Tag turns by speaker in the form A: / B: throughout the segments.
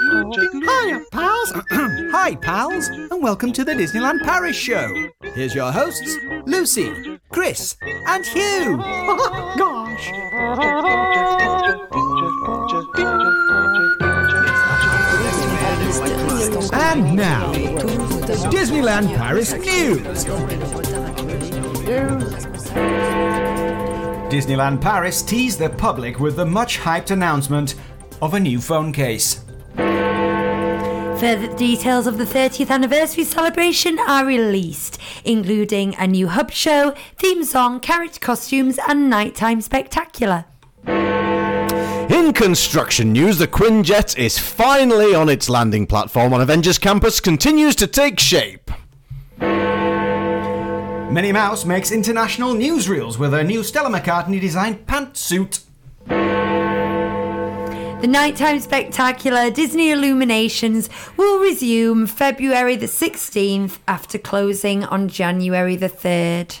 A: Hiya, pals! Hi, pals, and welcome to the Disneyland Paris show. Here's your hosts, Lucy, Chris, and Hugh. Gosh! And now, Disneyland Paris news. Disneyland Paris teased the public with the much hyped announcement of a new phone case.
B: Further details of the 30th anniversary celebration are released, including a new hub show, theme song, carrot costumes, and nighttime spectacular.
C: In construction news, the Quinjet is finally on its landing platform on Avengers Campus, continues to take shape.
A: Minnie Mouse makes international newsreels with her new Stella McCartney designed pantsuit.
B: The nighttime spectacular Disney Illuminations will resume February the 16th after closing on January the 3rd.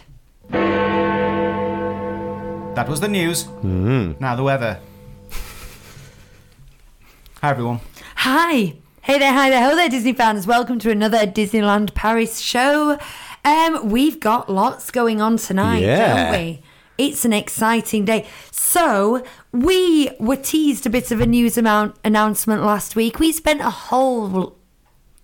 A: That was the news.
C: Hmm.
A: Now the weather. Hi everyone.
B: Hi. Hey there, hi there, hello there, Disney fans. Welcome to another Disneyland Paris show. Um, we've got lots going on tonight, don't
C: Yeah.
B: we? It's an exciting day. So, we were teased a bit of a news amount announcement last week. We spent a whole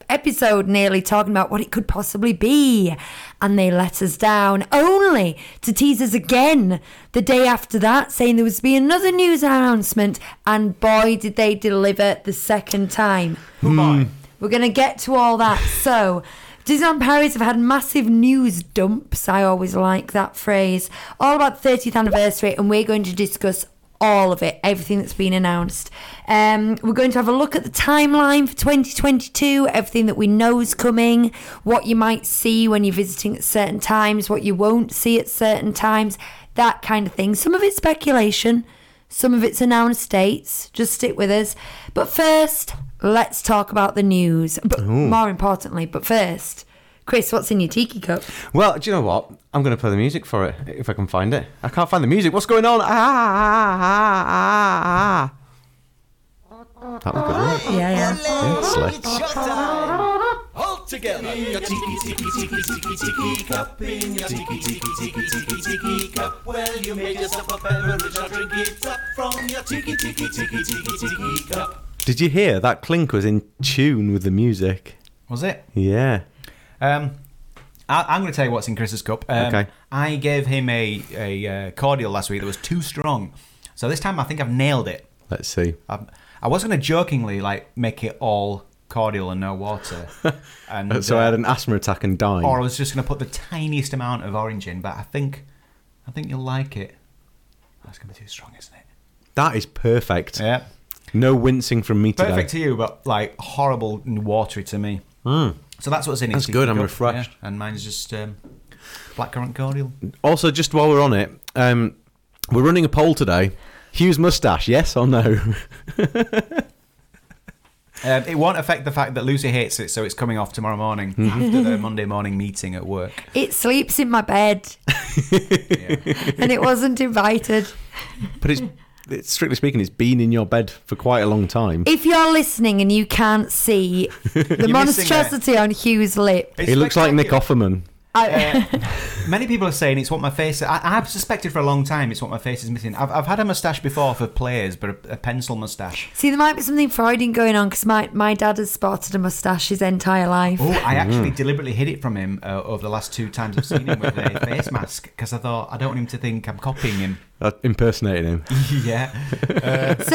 B: episode nearly talking about what it could possibly be. And they let us down, only to tease us again the day after that, saying there was to be another news announcement. And boy, did they deliver the second time. We're going to get to all that. So, Disneyland Paris have had massive news dumps. I always like that phrase. All about the 30th anniversary, and we're going to discuss all of it, everything that's been announced. Um, we're going to have a look at the timeline for 2022, everything that we know is coming, what you might see when you're visiting at certain times, what you won't see at certain times, that kind of thing. Some of it's speculation, some of its announced dates. Just stick with us. But first, let's talk about the news. But more importantly, but first, Chris, what's in your tiki cup?
C: Well, do you know what? I'm going to play the music for it if I can find it. I can't find the music. What's going on? Ah, ah, ah, ah, ah. That was good.
B: Yeah, yeah.
C: wasn't it? Yeah, slick. Did you hear that clink was in tune with the music?
A: Was it?
C: Yeah.
A: Um, I, I'm going to tell you what's in Chris's cup. Um,
C: Okay.
A: I gave him a, a uh, cordial last week that was too strong. So this time I think I've nailed it.
C: Let's see.
A: i I was going to jokingly like make it all cordial and no water. And
C: So I
A: uh,
C: had an asthma attack and died.
A: or I was just going to put the tiniest amount of orange in, but I think I think you'll like it. That's going to be too strong, isn't it?
C: That is perfect.
A: Yeah.
C: No wincing from me today. Hmm.
A: Perfect to you, but like horrible and watery to me. So that's what's in it.
C: That's good, I'm refreshed.
A: Yeah, And mine's just um, blackcurrant cordial.
C: Also, just while we're on it, um, we're running a poll today. Hugh's mustache, yes or no?
A: Um, it won't affect the fact that Lucy hates it, so it's coming off tomorrow morning
C: Mm-hmm.
A: after the Monday morning meeting at work.
B: It sleeps in my bed. and it wasn't invited.
C: but it's, it's strictly speaking, it's been in your bed for quite a long time.
B: If you're listening and you can't see the monstrosity on Hugh's lip,
C: He looks like Nick Offerman.
B: I,
A: Uh, Many people are saying it's what my face. I, I've suspected for a long time it's what my face is missing. I've, I've had a moustache before for players, but a, a pencil moustache.
B: see, there might be something Freudian going on because my, my dad has spotted a moustache his entire life.
A: Oh,
C: mm-hmm.
A: I actually deliberately hid it from him uh, over the last two times I've seen him with a face mask because I thought I don't want him to think I'm copying him.
C: Uh, impersonating him.
A: yeah.
B: So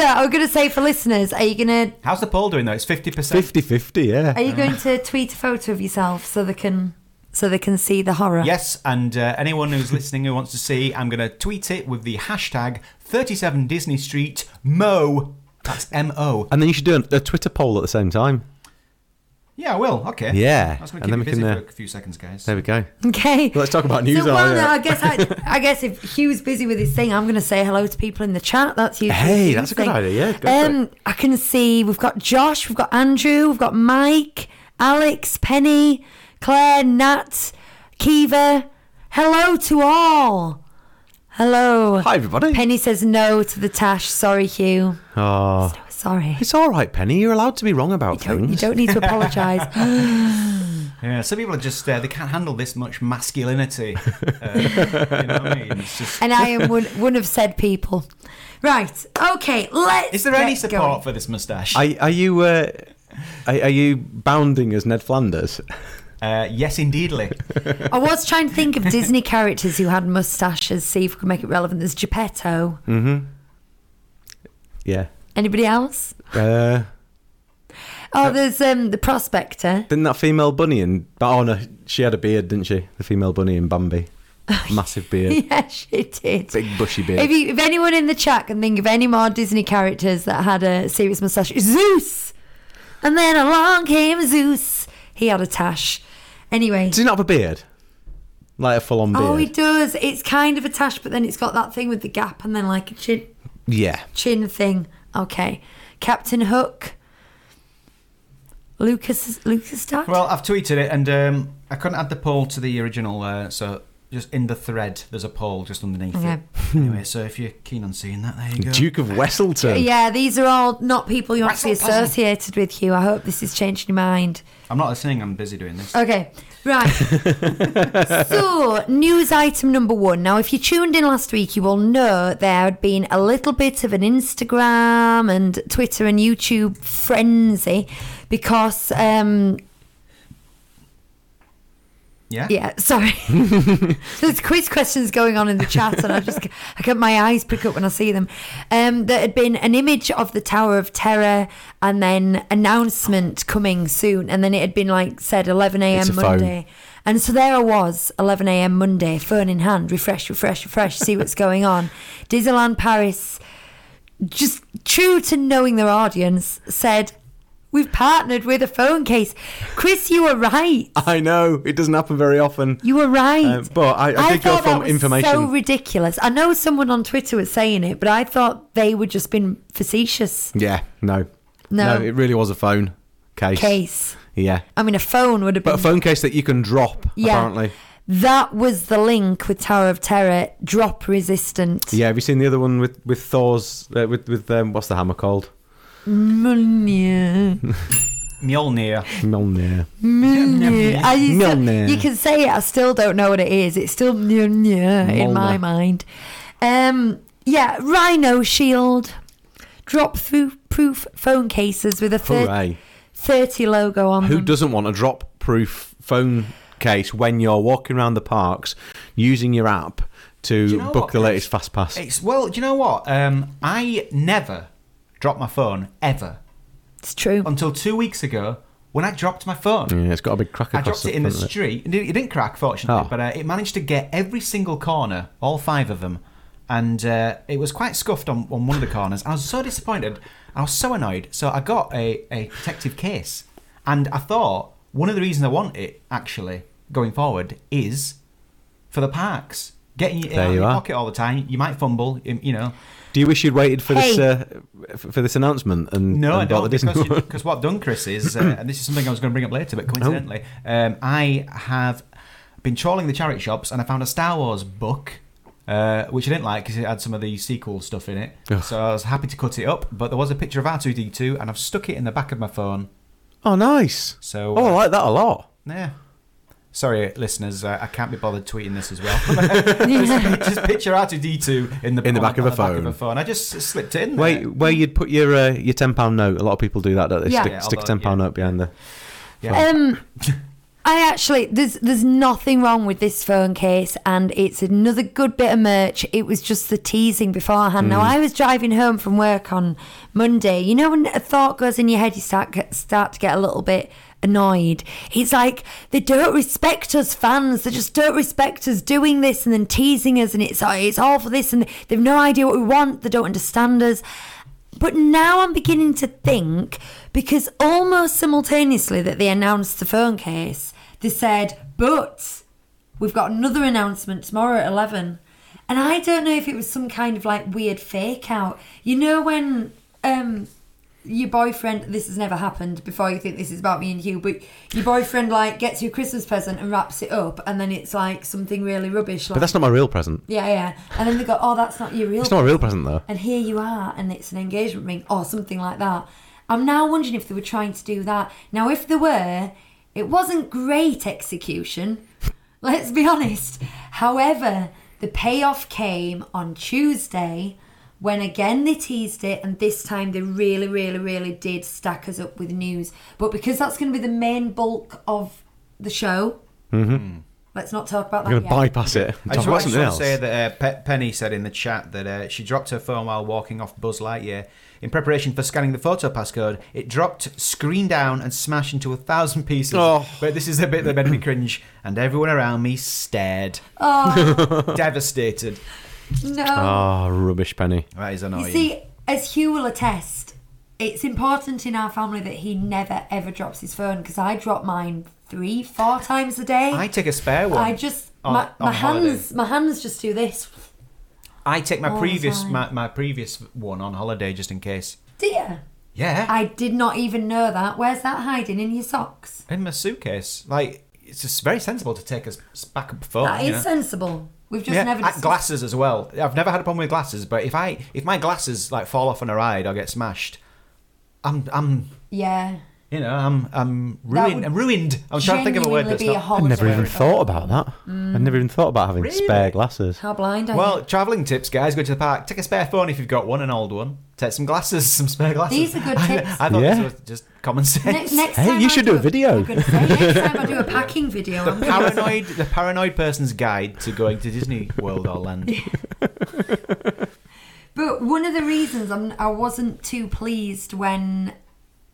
B: I was going to say for listeners, are you going to
A: How's the poll doing though? It's fifty percent.
C: 50 50, yeah.
B: Are you going to tweet a photo of yourself so they can so they can see the horror?
A: Yes, and uh, anyone who's listening who wants to see, I'm going to tweet it with the hashtag 37 Disney Street Mo. That's M O.
C: And then you should do a, a Twitter poll at the same time.
A: Yeah, I will. Okay.
C: Yeah,
A: That's
C: and
A: going to keep you
C: then we
A: busy
C: can, uh,
A: for a few seconds, guys.
C: There we go.
B: Okay.
C: Let's talk about news uh,
B: So, well,
C: on it.
B: no, I guess I, I guess if Hugh's busy with his thing, I'm going to say hello to people in the chat. That's you.
C: Hey, that's a good idea, yeah, go for
B: Um, I can see we've got Josh, we've got Andrew, we've got Mike, Alex, Penny, Claire, Nat, Kiva. Hello to all. Hello.
C: Hi, everybody.
B: Penny says no to the Tash. Sorry, Hugh.
C: Oh,
B: It's Sorry.
C: It's all right, Penny. You're allowed to be wrong about
B: You don't, you
C: things.
B: don't need to apologise.
A: Yeah, some people are just uh, they can't handle this much masculinity. Uh, you know what I mean? It's just.
B: and I am one, one of said people. Right. Okay. Let's.
A: Is there any
B: get
A: support
B: going.
A: for this mustache?
C: Are, are you uh, are, are you bounding as Ned Flanders?
A: uh, yes, indeedly.
B: I was trying to think of Disney characters who had mustaches. See if we could make it relevant. There's Geppetto.
C: Yeah.
B: Anybody else?
C: Uh,
B: Oh, there's um, the Prospector.
C: didn't that female bunny in? Oh no, she had a beard, didn't she? The female bunny in Bambi, massive beard,
B: Yeah, she did.
C: big bushy beard.
B: If, you, if anyone in the chat can think of any more Disney characters that had a serious mustache, Zeus. And then along came Zeus. He had a tash. Anyway.
C: Does he not have a beard? Like a full-on beard?
B: Oh, he does. It's kind of a tash, but then it's got that thing with the gap and then like a chin,
C: yeah.
B: chin thing. Okay. Captain Hook. Lucas Lucas Dad?
A: Well, I've tweeted it, and um, I couldn't add the poll to the original, uh, so just in the thread, there's a poll just underneath
B: Okay.
A: it. Anyway, so if you're keen on seeing that, there you go.
C: Duke of Wesselton.
B: yeah, these are all not people you want to be
A: Wrestle puzzle.
B: associated with, Hugh. I hope this is changing your mind.
A: I'm not listening. I'm busy doing this.
B: Okay, right. so, news item number one. Now, if you tuned in last week, you will know there had been a little bit of an Instagram and Twitter and YouTube frenzy because, um,
A: Yeah.
B: yeah, sorry. There's quiz questions going on in the chat, and I just, I get my eyes pick up when I see them. Um, there had been an image of the Tower of Terror and then announcement coming soon, and then it had been like said 11
C: It's a
B: a.m.
C: phone.
B: Monday. And so there I was, 11 a.m. Monday, phone in hand, refresh, refresh, refresh, see what's going on. Disneyland Paris, just true to knowing their audience, said, We've partnered with a phone case. Chris, you were right.
C: I know it doesn't happen very often.
B: You were right.
C: Um, but I- I did go
B: thought that
C: from
B: was
C: information-
B: So ridiculous. I know someone on Twitter was saying it, but I thought they were just being facetious.
C: Yeah, no,
B: No.
C: it really was a phone case.
B: Case.
C: Yeah,
B: I mean, a phone would have been
C: but a phone case that you can drop.
B: Yeah.
C: Apparently.
B: That was the link with Tower of Terror, drop resistant.
C: Yeah. Have you seen the other one with with Thor's uh, with with um, what's the hammer called?
B: Mjolnir.
A: Mjolnir.
C: Mjolnir.
B: Mjolnir. I- you still-
C: Mjolnir.
B: You can say it. I still don't know what it is. It's still Mjolnir in my
C: Mjolnir.
B: mind. Um, yeah, Rhino Shield, drop through proof phone cases with a thir-
C: Hooray!
B: 30 logo on
C: Who
A: Mm-hmm.
B: them.
C: doesn't want a drop-proof phone case when you're walking around the parks using your app to
A: you know
C: book
A: what,
C: the
A: Chris?
C: latest fast pass?
A: It's well, do you know what? Um, I never drop my phone ever
B: It's true.
A: until two weeks ago when I dropped my phone.
C: Yeah, it's got a big crack
A: I
C: Mm, across
A: dropped it in the
C: front of
A: street. It it didn't crack, fortunately,
C: Oh.
A: but uh, it managed to get every single corner, all five of them, and uh, it was quite scuffed on, on one of the corners. I was so disappointed. I was so annoyed. So I got a, a protective case, and I thought one of the reasons I want it actually going forward is for the parks. Getting it
C: There
A: out of
C: you
A: your
C: are.
A: pocket all the time, you might fumble. You you know,
C: Do you wish you'd waited for this
B: Hey.
C: uh, f- for this announcement and
A: No,
C: and
A: I
C: bought
A: don't.
C: the Disney
A: Because, you-
C: one?
A: because what I've done, Chris, is, uh, and this is something I was going to bring up later,
C: Oh.
A: but coincidentally, um, I have been trawling the charity shops and I found a Star Wars book. Uh, which I didn't like because it had some of the sequel stuff in it.
C: Ugh.
A: So I was happy to cut it up, but there was a picture of R2D2 and I've stuck it in the back of my phone.
C: Oh, nice.
A: So,
C: oh, I
A: uh,
C: like that a lot.
A: yeah. Sorry, listeners, uh, I can't be bothered tweeting this as well. just, just picture R2D2 in the,
C: In the
A: on-
C: back of
A: on
C: a
A: the back of
C: phone.
A: a phone. I just slipped it in there.
C: Wait, where you'd put your uh, your ten pound note? A lot of people do that. Don't they
B: Yeah.
C: stick,
A: Yeah,
C: stick a
A: although,
C: ten pound
A: yeah.
C: note behind the.
B: Um, I actually there's there's nothing wrong with this phone case, and it's another good bit of merch. It was just the teasing beforehand. Now I was driving home from work on Monday. You know when a thought goes in your head, you start get, start to get a little bit annoyed. It's like they don't respect us fans. They just don't respect us doing this and then teasing us, and it's uh, it's all for this, and they've no idea what we want. They don't understand us. But now I'm beginning to think because almost simultaneously that they announced the phone case, they said, but we've got another announcement tomorrow at 11. And I don't know if it was some kind of like weird fake out. You know, when um, your boyfriend this has never happened before you think this is about me and Hugh but your boyfriend like gets you a Christmas present and wraps it up and then it's like something really rubbish like
C: But that's not my real present.
B: yeah yeah and then they go oh that's not your real
C: It's not a real present though.
B: and here you are and it's an engagement ring or something like that I'm now wondering if they were trying to do that now if they were it wasn't great execution let's be honest however the payoff came on Tuesday when again they teased it and this time they really really really did stack us up with news but because that's going to be the main bulk of the show
C: Mm-hmm.
B: let's not talk about that
C: I'm going to
B: yet
C: bypass it.
A: Oh,
C: and
A: I
C: Talk
A: just,
C: about
A: want- I just
C: something
A: want to
C: else.
A: say that uh, Pe- Penny said in the chat that uh, she dropped her phone while walking off Buzz Lightyear. In preparation for scanning the photo passcode, it dropped, screen down, and smashed into a thousand pieces.
C: Oh.
A: But this is the bit that made me cringe, and everyone around me stared,
B: Oh.
A: devastated.
B: no
A: um,
C: Ah, rubbish penny.
A: That is
B: You
A: annoying.
B: see, as Hugh will attest, it's important in our family that he never ever drops his phone because I drop mine three, four times a day.
A: I take a spare one.
B: I just
A: on-
B: my, my
A: on holiday.
B: hands my hands just do this.
A: I take my
B: all the
A: previous
B: time.
A: my, my previous one on holiday just in case.
B: Dear,
A: Yeah,
B: I did not even know that. Where's that hiding in your socks?
A: in my suitcase. Like it's just very sensible to take a s- backup phone.
B: That
A: you
B: is
A: know?
B: sensible. We've just
A: Oh, yeah,
B: never
A: and
B: discussed-
A: glasses as well. I've never had a problem with glasses, but if I if my glasses like fall off on a ride or get smashed, I'm I'm
B: Yeah,
A: you know I'm I'm ruined.
B: would
A: I'm ruined. I'm trying to think of a word
B: genuinely
A: that's
B: be a
A: not.
B: holiday.
C: I'd never even thought about that. I'd
A: Mm.
C: never even thought about having spare glasses.
B: How blind are
A: well,
B: you?
A: traveling tips, guys. Go to the park. Take a spare phone if you've got one, an old one. Take some glasses, some spare glasses.
B: These are good
A: I,
B: tips.
A: I thought
C: Yeah.
A: this was just common sense.
B: Next, next
C: Hey,
B: time
C: you
B: I
C: should do a video.
B: I was gonna say, next time I do a packing video, I'm gonna
A: paranoid, the paranoid person's guide to going to Disney World or Land.
B: But one of the reasons I'm, I wasn't too pleased when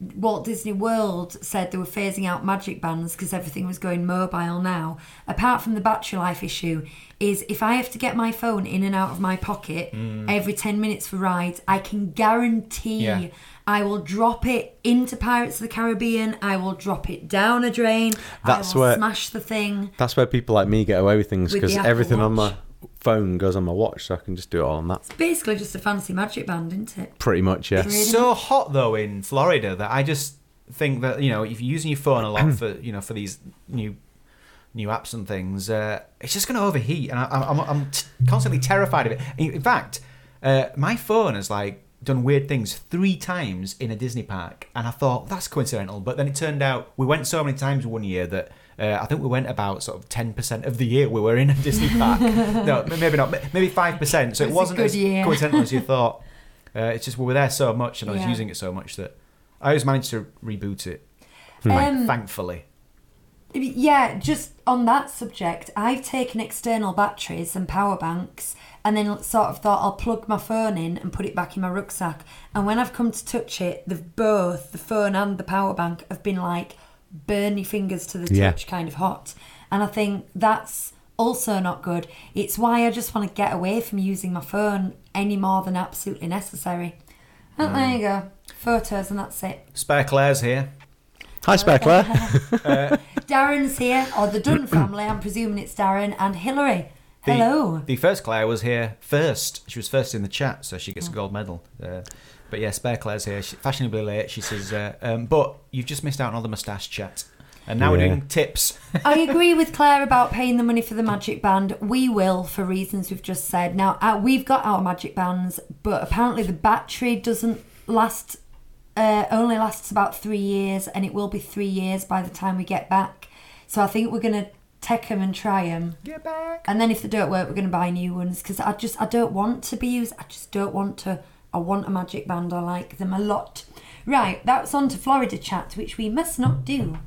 B: Walt Disney World said they were phasing out magic bands because everything was going mobile now, apart from the battery life issue, is if I have to get my phone in and out of my pocket
C: Mm.
B: every 10 minutes for rides, I can guarantee
A: Yeah.
B: I will drop it into Pirates of the Caribbean, I will drop it down a drain, I
C: That's
B: will
C: where-
B: smash the thing.
C: That's where people like me get away with things
B: With
C: because
B: the Apple
C: everything on
B: Watch.
C: my phone goes on my watch, so I can just do it all on that.
B: Basically, just a fancy magic band, isn't it?
C: Pretty much, yeah.
B: Really?
A: so hot though in Florida that I just think that you know if you're using your phone a lot for you know for these new new apps and things, uh, it's just going to overheat, and I, I'm I'm t- constantly terrified of it. In in fact, uh, my phone has like done weird things three times in a Disney park, and I thought that's coincidental. But then it turned out we went so many times one year that. Uh, I think we went about sort of ten percent of the year we were in a Disney park. no, m- maybe not. m- Maybe five percent. So
B: It
A: it
B: was a
A: wasn't
B: good
A: as
B: year.
A: coincidental as you thought. Uh, it's just we were there so much, and I was
B: Yeah.
A: using it so much that I always managed to reboot it.
C: Hmm.
B: Um,
A: thankfully,
B: Yeah, just on that subject, I've taken external batteries and power banks and then sort of thought I'll plug my phone in and put it back in my rucksack. And when I've come to touch it, they've both, the phone and the power bank, have been like burn your fingers to the
C: Yeah.
B: touch, kind of hot. And I think that's also not good. It's why I just want to get away from using my phone any more than absolutely necessary. And there you go. Photos and that's it.
A: Spare Claire's here.
C: Hi, Spare Claire.
B: Darren's here, or the Dunn family. I'm presuming it's Darren and Hillary.
A: The,
B: Hello.
A: The first Claire was here first. She was first in the chat, so she
B: Oh.
A: gets a gold medal. Uh, but yeah, Spare Claire's here. She, fashionably late. She says, uh, um, "But you've just missed out on all the moustache chat, and now we're
C: Yeah.
A: doing tips."
B: I agree with Claire about paying the money for the magic band. We will, for reasons we've just said. Now, uh, we've got our magic bands, but apparently the battery doesn't last, uh, only lasts about three years, and it will be three years by the time we get back. So I think we're going to take them and try them.
A: Get back.
B: And then if they don't work, we're going to buy new ones because I just I don't want to be used. I just don't want to. I want a magic band. I like them a lot. Right, that's on to Florida chat, which we must not do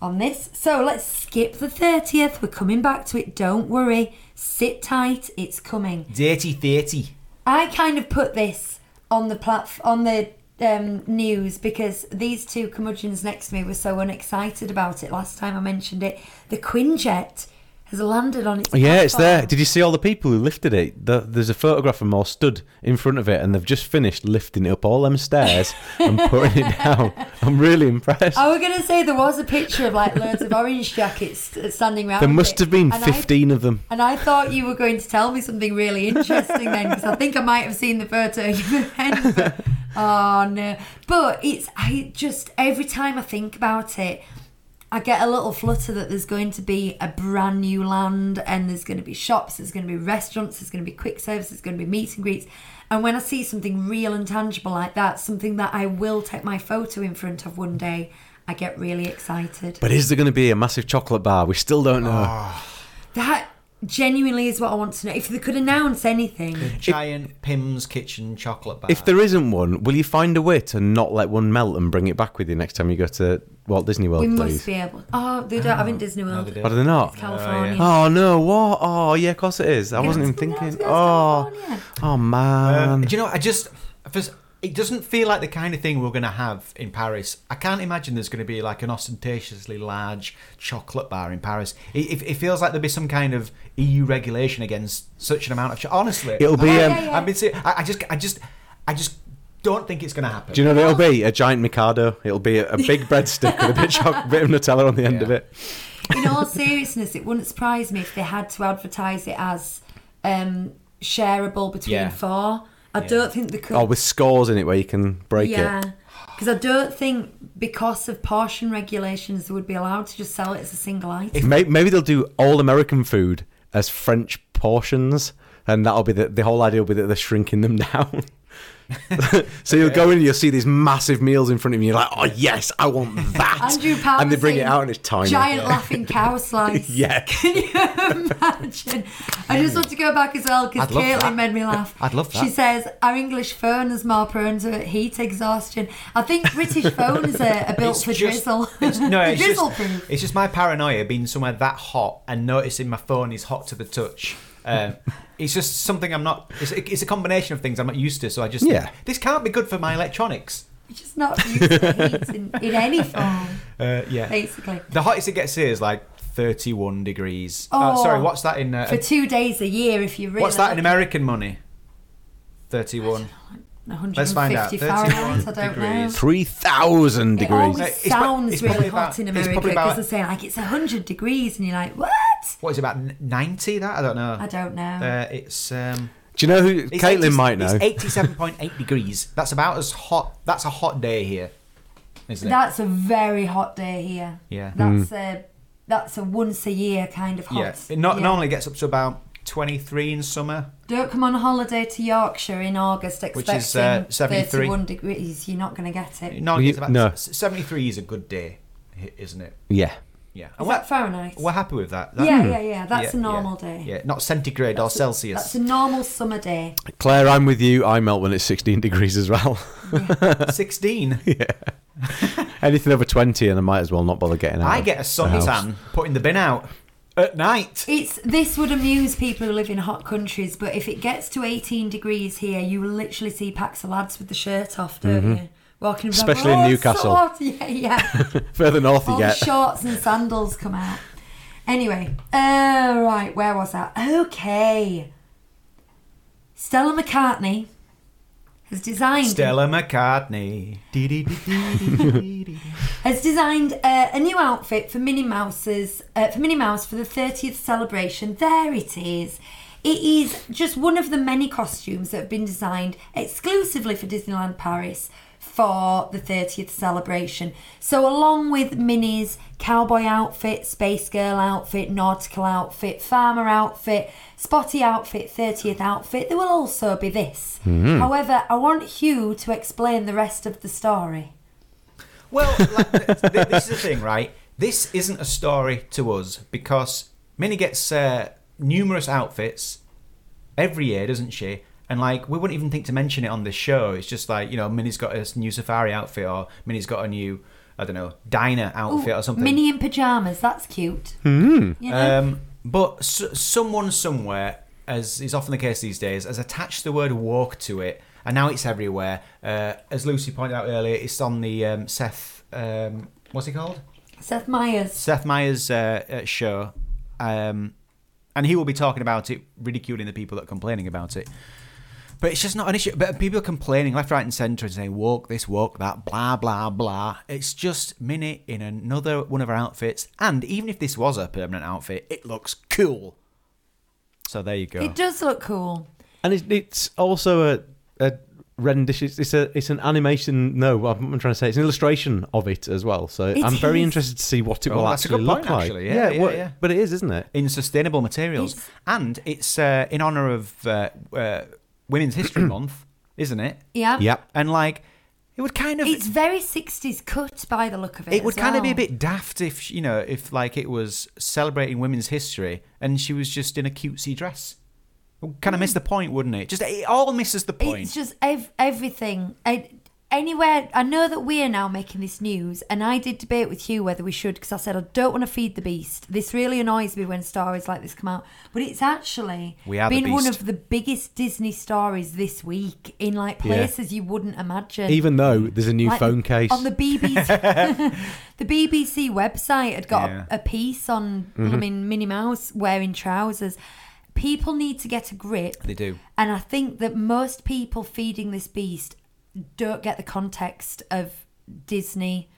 B: on this. So let's skip the thirtieth. We're coming back to it. Don't worry. Sit tight. It's coming.
A: Dirty thirty.
B: I kind of put this on the platf- on the um, news because these two curmudgeons next to me were so unexcited about it last time I mentioned it. The Quinjet has landed on its
C: yeah, it's there.
B: platform.
C: Did you see all the people who lifted it? The, there's a photograph of them all stood in front of it, and they've just finished lifting it up all them stairs and putting it down. I'm really impressed.
B: I was gonna say there was a picture of like loads of orange jackets s- standing around.
C: there must
B: it.
C: have been
B: And I-
C: 15 of them.
B: and I thought you were going to tell me something really interesting then, because I think I might have seen the photo in your head. But Oh no! But it's I just every time I think about it, I get a little flutter that there's going to be a brand new land, and there's going to be shops, there's going to be restaurants, there's going to be quick service, there's going to be meet and greets. And when I see something real and tangible like that, something that I will take my photo in front of one day, I get really excited.
C: But is there going to be a massive chocolate bar? We still don't know.
B: Ah. That genuinely is what I want to know. If they could announce anything,
A: Giant Pim's Kitchen chocolate bar.
C: If there isn't one, will you find a way to not let one melt and bring it back with you next time you go to Walt Disney World,
B: we
C: please?
B: must be able. Oh, they don't have it in Disney World.
A: they don't.
C: Are they not?
B: It's California.
C: Oh no! What? Oh yeah, of course it is. I wasn't even
B: it's pronounced as
C: thinking. Oh,
B: California.
C: oh man.
A: Do you know? I just first, it doesn't feel like the kind of thing we're going to have in Paris. I can't imagine there's going to be like an ostentatiously large chocolate bar in Paris. It, it, it feels like there'll be some kind of EU regulation against such an amount of. Cho- Honestly,
C: It'll be,
B: Yeah,
C: um,
B: yeah, yeah.
A: I've been. se- I, I just, I just, I just don't think it's going to happen.
C: Do you know what it'll be? A giant Mikado. It'll be a, a big breadstick with a bit, choc- bit of Nutella on the end of
A: Yeah.
C: it.
B: in all seriousness, it wouldn't surprise me if they had to advertise it as um, shareable between
A: Yeah.
B: four. I don't think they could.
C: Oh, with scores in it where you can break
B: yeah,
C: it.
B: because I don't think because of portion regulations they would be allowed to just sell it as a single item.
C: Maybe, maybe they'll do all American food as French portions, and that'll be the, the whole idea. Will be that they're shrinking them down. so you'll go in and you'll see these massive meals in front of you. You're like, oh yes, I want that.
B: Andrew Power
C: and they bring it
B: saying,
C: out and it's tiny.
B: Giant laughing cow slice.
C: Yeah.
B: Can you imagine? I just want to go back as well because
A: I'd love
B: Caitlin
A: that.
B: made me laugh.
A: I'd love that.
B: She says our English phone is more prone to heat exhaustion. I think British phones are, are built
A: It's
B: for
A: just-
B: drizzle.
A: It's, no, it's
B: drizzle
A: just,
B: proof.
A: It's just my paranoia being somewhere that hot and noticing my phone is hot to the touch. Um, it's just something I'm not. It's, it's a combination of things I'm not used to. So I just
C: Yeah.
A: This can't be good for my electronics.
B: It's just not used to heat in, in any form,
A: Uh, yeah.
B: basically.
A: The hottest it gets here is like 31 degrees.
B: Oh.
A: Uh, sorry, what's that in? Uh,
B: For two days a year, if you really
A: what's that in American money? 31.
B: 150
A: Let's find out.
B: Fahrenheit. I
A: 31
B: don't
A: degrees.
B: know.
C: Three thousand
B: It
C: degrees.
B: always
A: No, it's prob-
B: sounds
A: it's
B: really
A: probably
B: hot
A: about-
B: in
A: it's
B: America
A: probably about-
B: because they say like it's 100 degrees and you're like, what?
A: What is it about n- 90? That I don't know.
B: I don't know.
A: Uh, it's um.
C: Do you know who
A: It's
C: Caitlin
A: 80
C: might know?
A: It's eighty-seven point eight degrees. That's about as hot. That's a hot day here, isn't it?
B: That's a very hot day here.
A: Yeah.
B: That's
C: Hmm.
B: a that's a once a year kind of hot.
A: yeah. It not,
B: Yeah.
A: normally gets up to about twenty-three in summer.
B: Don't come on holiday to Yorkshire in August
A: Which
B: expecting
A: is, uh, 73.
B: 31 degrees. You're not going to get it. Is
A: No,
C: Well, you-
A: it's about
C: no.
A: s- seventy-three is a good day, hi- isn't it?
C: yeah.
A: Yeah. And we're,
B: that Fahrenheit?
A: we're happy with that. That-
C: Hmm.
B: yeah, yeah, yeah. That's
A: yeah,
B: a normal
A: yeah,
B: day.
A: Yeah, not centigrade or Celsius.
B: That's a normal summer day.
C: Claire, I'm with you. I melt when it's 16 degrees as well.
A: Sixteen.
C: Anything over 20, and I might as well not bother getting out.
A: I
C: of
A: get a
C: the
A: suntan
C: house.
A: putting the bin out at night.
B: It's this would amuse people who live in hot countries, but if it gets to 18 degrees here, you will literally see packs of lads with the shirt off, don't you? Walking around,
C: Mm-hmm. Especially in
B: "Oh, it's so
C: Newcastle."
B: hot." yeah, yeah.
C: Further north you
B: All the
C: get.
B: shorts and sandals come out. Anyway, uh, right, where was that? Okay. Stella McCartney has designed
A: Stella McCartney. Dee-dee-dee-dee-dee-dee-dee.
B: has designed uh, a new outfit for Minnie Mouse's uh, for Minnie Mouse for the 30th celebration. There it is. It is just one of the many costumes that have been designed exclusively for Disneyland Paris for the 30th celebration. So along with Minnie's cowboy outfit, space girl outfit, nautical outfit, farmer outfit, spotty outfit, 30th outfit, there will also be this. However, I want Hugh to explain the rest of the story.
A: Well, like, th- th- this is the thing, right? This isn't a story to us because Minnie gets uh, numerous outfits every year, doesn't she? And like, we wouldn't even think to mention it on this show. It's just like, you know, Minnie's got a new safari outfit, or Minnie's got a new, I don't know, diner outfit or something. Hmm.
B: Mini in pajamas. That's cute. You know?
A: Um, but s- someone somewhere, as is often the case these days, has attached the word "walk" to it, and now it's everywhere. Uh, as Lucy pointed out earlier, it's on the um, Seth. Um, what's it called?
B: Seth Meyers.
A: Seth Meyers' uh, uh, show, um, and he will be talking about it, ridiculing the people that are complaining about it. But it's just not an issue. But people are complaining left, right, and centre and saying walk this, walk that, blah blah blah. It's just Minnie in another one of her outfits, and even if this was a permanent outfit, it looks cool. So there you go.
B: It does look cool.
C: And it, it's also a, a rendition. It's, it's a it's an animation. No, I'm, I'm trying to say it's an illustration of it as well. So
B: It
C: I'm very
B: is.
C: interested to see what it
A: Oh,
C: will
A: that's a
C: actually
A: good
C: look
A: point,
C: like.
A: actually. Yeah, yeah,
C: what-
A: yeah.
C: but it is, isn't it?
A: in sustainable materials,
B: It's-
A: and it's uh, in honor of uh, uh, Women's History Month, isn't it?
B: Yeah.
C: Yep.
A: And like, it would kind of
B: It's very 60s cut by the look of it.
A: it would
B: as
A: kind of be a
B: well.
A: bit daft if you know if like it was celebrating women's history and she was just in a cutesy dress. Kind of miss the point, wouldn't it? Just it all misses the point.
B: It's just ev- everything. I, anywhere, I know that we are now making this news, and I did debate with Hugh whether we should because I said I don't want to feed the beast. This really annoys me when stories like this come out, but it's actually
A: We are the
B: been one
A: beast.
B: of the biggest Disney stories this week in like
C: Yeah.
B: places you wouldn't imagine.
C: Even though there's a new
B: Like
C: phone case.
B: on the BBC. the BBC website had got
A: Yeah. Mm-hmm.
B: a, a piece on I mean Minnie Mouse wearing trousers. People need to get a grip.
A: They do.
B: and I think that most people feeding this beast don't get the context of Disney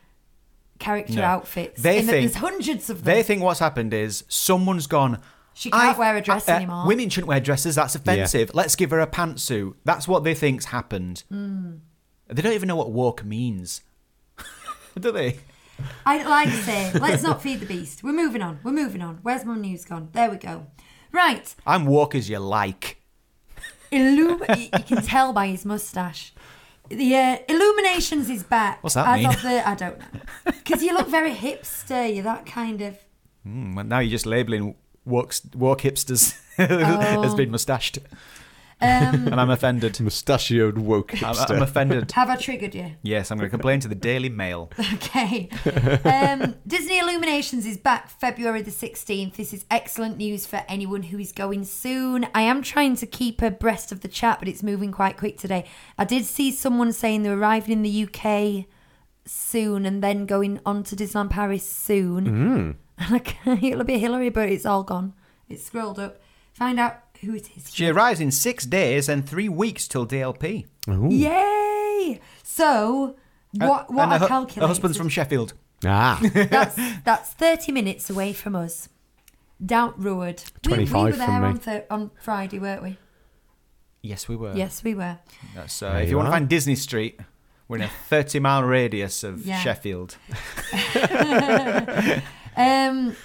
B: character
A: No.
B: outfits.
A: They
B: in that
A: think-
B: there's hundreds of them.
A: They think what's happened is someone's gone.
B: She can't
A: "I've-
B: wear a dress
A: uh, uh,
B: anymore."
A: Women shouldn't wear dresses. That's offensive. Let's give her a pantsuit. That's what they think's happened.
B: Hmm.
A: They don't even know what woke means, do they?
B: I like to say, let's not feed the beast. We're moving on. We're moving on. Where's my news gone? There we go. Right.
A: I'm woke as you like.
B: Illum- you you can tell by his mustache. The uh, Illuminations is back.
A: What's that
B: as
A: mean?
B: Of the, I don't know. Because you look very hipster. You're that kind of.
A: Mm, well, now you're just labeling woke, woke hipsters
B: Oh.
A: as being moustached,
B: Um,
A: and I'm offended.
C: mustachioed woke
A: I'm,
C: hipster.
A: I'm offended.
B: have I triggered you?
A: Yes, I'm going to complain to the Daily Mail.
B: Okay. Um, Disney Illuminations is back February the 16th. This is excellent news for anyone who is going soon. I am trying to keep abreast of the chat, but it's moving quite quick today. I did see someone saying they're arriving in the UK soon and then going on to Disneyland Paris soon.
A: Hmm.
B: And I can- it'll be Hillary, but it's all gone. It's scrolled up. Find out who it is.
A: She arrives in six days and three weeks till DLP.
B: Yay! So, what, what
A: Uh, and
B: I
A: her, hu-
B: calculated.
A: her husband's from Sheffield.
C: ah,
B: that's that's 30 minutes away from us. Doubt Road. We- we,
C: 25
B: were there
C: from me.
B: On, th- on Friday, weren't we?
A: Yes, we were.
B: Yes, we were.
A: That's, uh,
C: There
A: if you
C: you
A: want to
C: are.
A: find Disney Street, we're in a 30 mile radius of
B: Yeah.
A: Sheffield.
B: Um,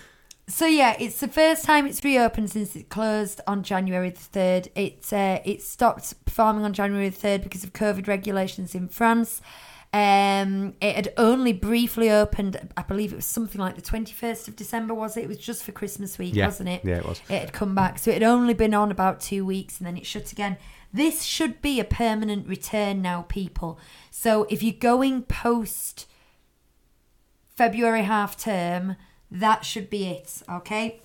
B: so yeah, it's the first time it's reopened since it closed on January the third. It uh, it stopped performing on January the third because of COVID regulations in France. Um, it had only briefly opened. I believe it was something like the twenty first of December. Was it? It was just for Christmas week,
C: Yeah.
B: wasn't it?
C: Yeah, it was.
B: It had come back, so it had only been on about two weeks, and then it shut again. This should be a permanent return now, people. So if you're going post. February half term, that should be it, okay?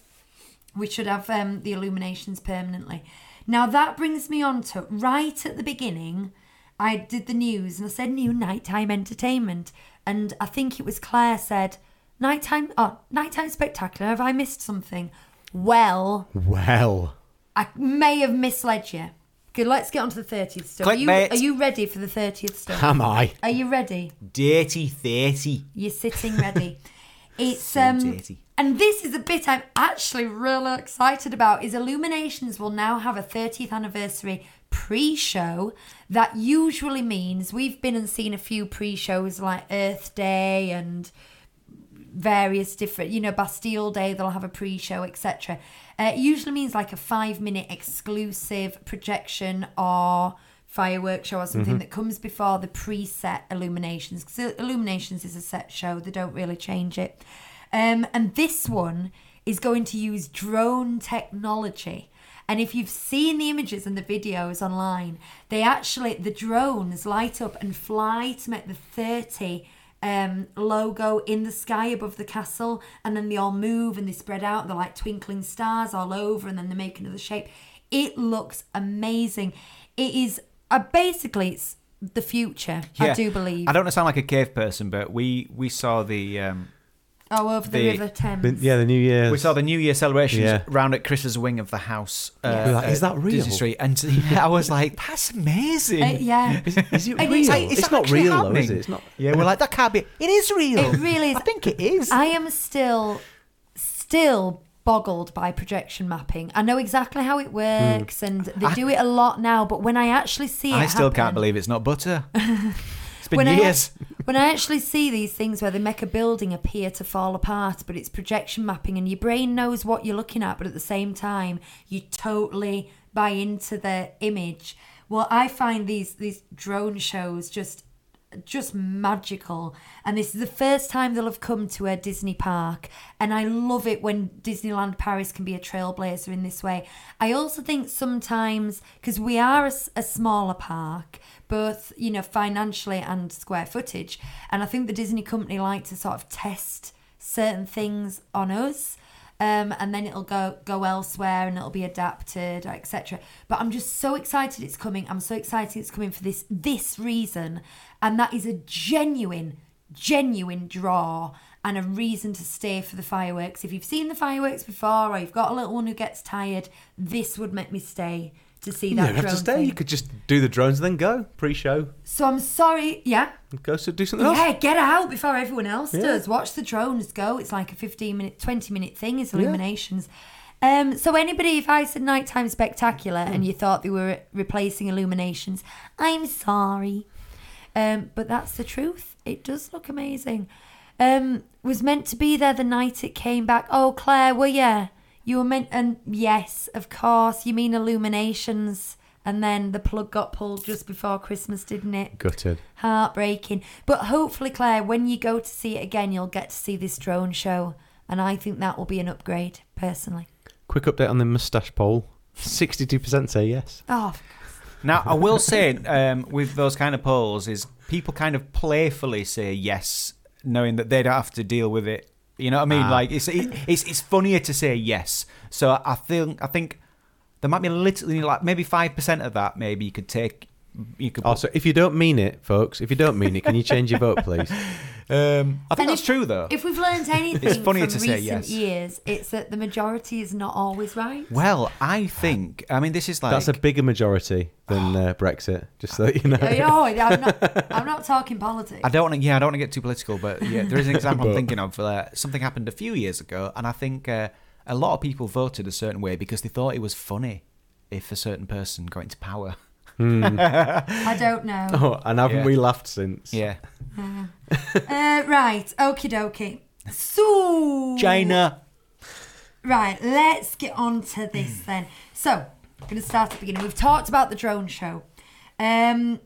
B: We should have um, the illuminations permanently. Now, that brings me on to right at the beginning, I did the news and I said new nighttime entertainment. And I think it was Claire said, nighttime, oh, nighttime spectacular, have I missed something? Well,
C: well,
B: I may have misled you. Good, let's get on to the 30th stuff. Are you,
A: Clickbait.
B: are you ready for the 30th stuff?
C: am I?
B: Are you ready?
A: Dirty 30.
B: You're sitting ready. It's
A: So
B: um
A: dirty.
B: and this is the bit I'm actually real excited about is Illuminations will now have a 30th anniversary pre-show that usually means we've been and seen a few pre-shows like Earth Day and various different you know Bastille Day they'll have a pre-show etc. Uh, it usually means like a 5 minute exclusive projection or firework show or something that comes before the preset illuminations because illuminations is a set show they don't really change it um, and this one is going to use drone technology and if you've seen the images and the videos online they actually the drones light up and fly to make the 30 um, logo in the sky above the castle, and then they all move and they spread out. They're like twinkling stars all over, and then they make another shape. It looks amazing. It is uh, basically it's the future. I do believe.
A: I don't want to sound like a cave person, but we, we saw the um,
B: oh, over the,
A: the-
B: River Thames.
C: The- yeah, the New Year's.
A: we saw the New Year celebrations
C: Yeah.
A: round at Chris's wing of the house. uh,
B: Yeah. We're
C: like, "Is
A: at
C: that real?"
A: Disney Street. And I was like, that's amazing.
B: Uh, yeah.
C: Is, is it
B: And
C: real?
B: it's
C: It's,
B: like-
A: Is that
C: not
A: actually
C: real, though,
A: happening?
C: is it? It's not.
A: Yeah, we're like, that can't be. It is real.
B: It really is.
A: I think it is.
B: I am still, still boggled by projection mapping. I know exactly how
A: Hmm.
B: it works, and they do it a lot now. But when I actually see it,
A: I still
B: happen-
A: can't believe it's not butter. it's been
B: when
A: years.
B: I, act- when I actually see these things where they make a building appear to fall apart, but it's projection mapping and your brain knows what you're looking at, but at the same time, you totally buy into the image. Well, I find these these drone shows just just magical and this is the first time they'll have come to a disney park and i love it when disneyland paris can be a trailblazer in this way i also think sometimes because we are a, s- a smaller park both you know financially and square footage and i think the disney company like to sort of test certain things on us um, and then it'll go go elsewhere and it'll be adapted etc but i'm just so excited it's coming i'm so excited it's coming for this this reason and that is a genuine genuine draw and a reason to stay for the fireworks if you've seen the fireworks before or you've got a little one who gets tired this would make me stay to see
C: You
B: that
C: don't have to
B: drone
C: stay.
B: thing.
C: You could just do the drones and then go pre-show.
B: so i'm sorry yeah
C: Go so do something
B: yeah,
C: else.
B: get out before everyone else
C: Yeah.
B: does. Watch the drones go. It's like a 15 minute, 20 minute thing. It's illuminations. Um, so, anybody, if I said nighttime spectacular and you thought they were replacing illuminations, I'm sorry. Um, but that's the truth. It does look amazing. Um, was meant to be there the night it came back. Oh, Claire, were you? You were meant, and yes, of course. You mean illuminations. And then the plug got pulled just before Christmas, didn't it?
C: Gutted.
B: heartbreaking. But hopefully, Claire, when you go to see it again, you'll get to see this drone show, and I think that will be an upgrade personally.
C: Quick update on the mustache poll. Sixty-two percent say yes.
B: Oh, f-
A: Now, I will say um, with those kind of polls is people kind of playfully say yes, knowing that they don't have to deal with it. You know what I mean? Like it's it, it's it's funnier to say yes. So I think I think there might be literally like maybe five percent of that. Maybe you could take. You could.
C: Also, if you don't mean it, folks, if you don't mean it, can you change your vote, please?
A: um, I think
B: And
A: that's
B: if-
A: true though.
B: if we've learned anything from
A: funnier
B: recent
A: to say yes.
B: years, it's that the majority is not always right.
A: well, I think. I mean, this is like
C: That's a bigger majority than uh, Brexit. Just so that you know.
B: Oh, yeah, oh, I'm not, I'm not talking politics.
A: I don't want to. Yeah, I don't want to get too political, but yeah, there is an example I'm thinking of. Uh, something happened a few years ago, and I think uh, a lot of people voted a certain way because they thought it was funny if a certain person got into power.
B: I don't know.
C: Oh, and haven't
A: Yeah.
C: we laughed since?
A: Yeah,
B: Uh, right, okie dokie. So,
A: China.
B: Right, let's get on to this then. So, I'm going to start at the beginning. We've talked about the drone show. Um,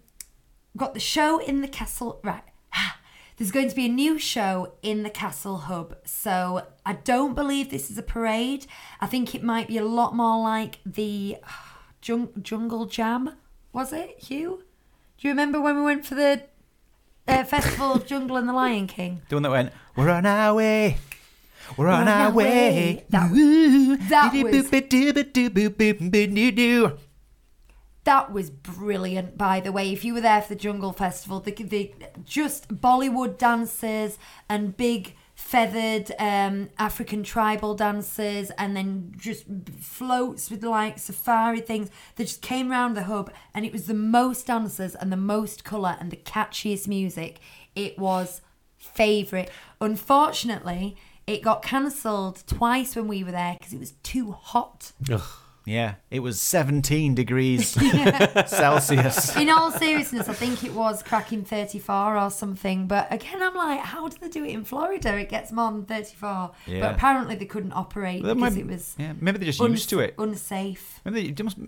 B: got the show in the castle. Right. Ah, There's going to be a new show in the castle hub. So, I don't believe this is a parade. I think it might be a lot more like the jung- Jungle Jam. Was it, Hugh? Do you remember when we went for the uh, Festival of Jungle and the Lion King?
A: The one that went, "We're on our way, we're on our way."
B: That-
A: Ooh.
B: that was-
A: Dee-dee-boop-a-doo-ba-doo-boop-boop-a-doo-doo.
B: That was brilliant, by the way. If you were there for the Jungle Festival, the, the just Bollywood dancers and big feathered um, African tribal dancers, and then just floats with like safari things. They just came round the hub, and it was the most dancers and the most colour and the catchiest music. It was favourite. Unfortunately, it got cancelled twice when we were there because it was too hot.
A: Yeah, it was 17 degrees Celsius.
B: in all seriousness, I think it was cracking 34 or something. But again, I'm like, how do they do it in Florida? It gets more than 34.
A: Yeah.
B: But apparently, they couldn't operate
A: That
B: because
A: might-
B: it was
A: Yeah, maybe they're just
B: uns-
A: used to it.
B: unsafe.
A: Maybe you must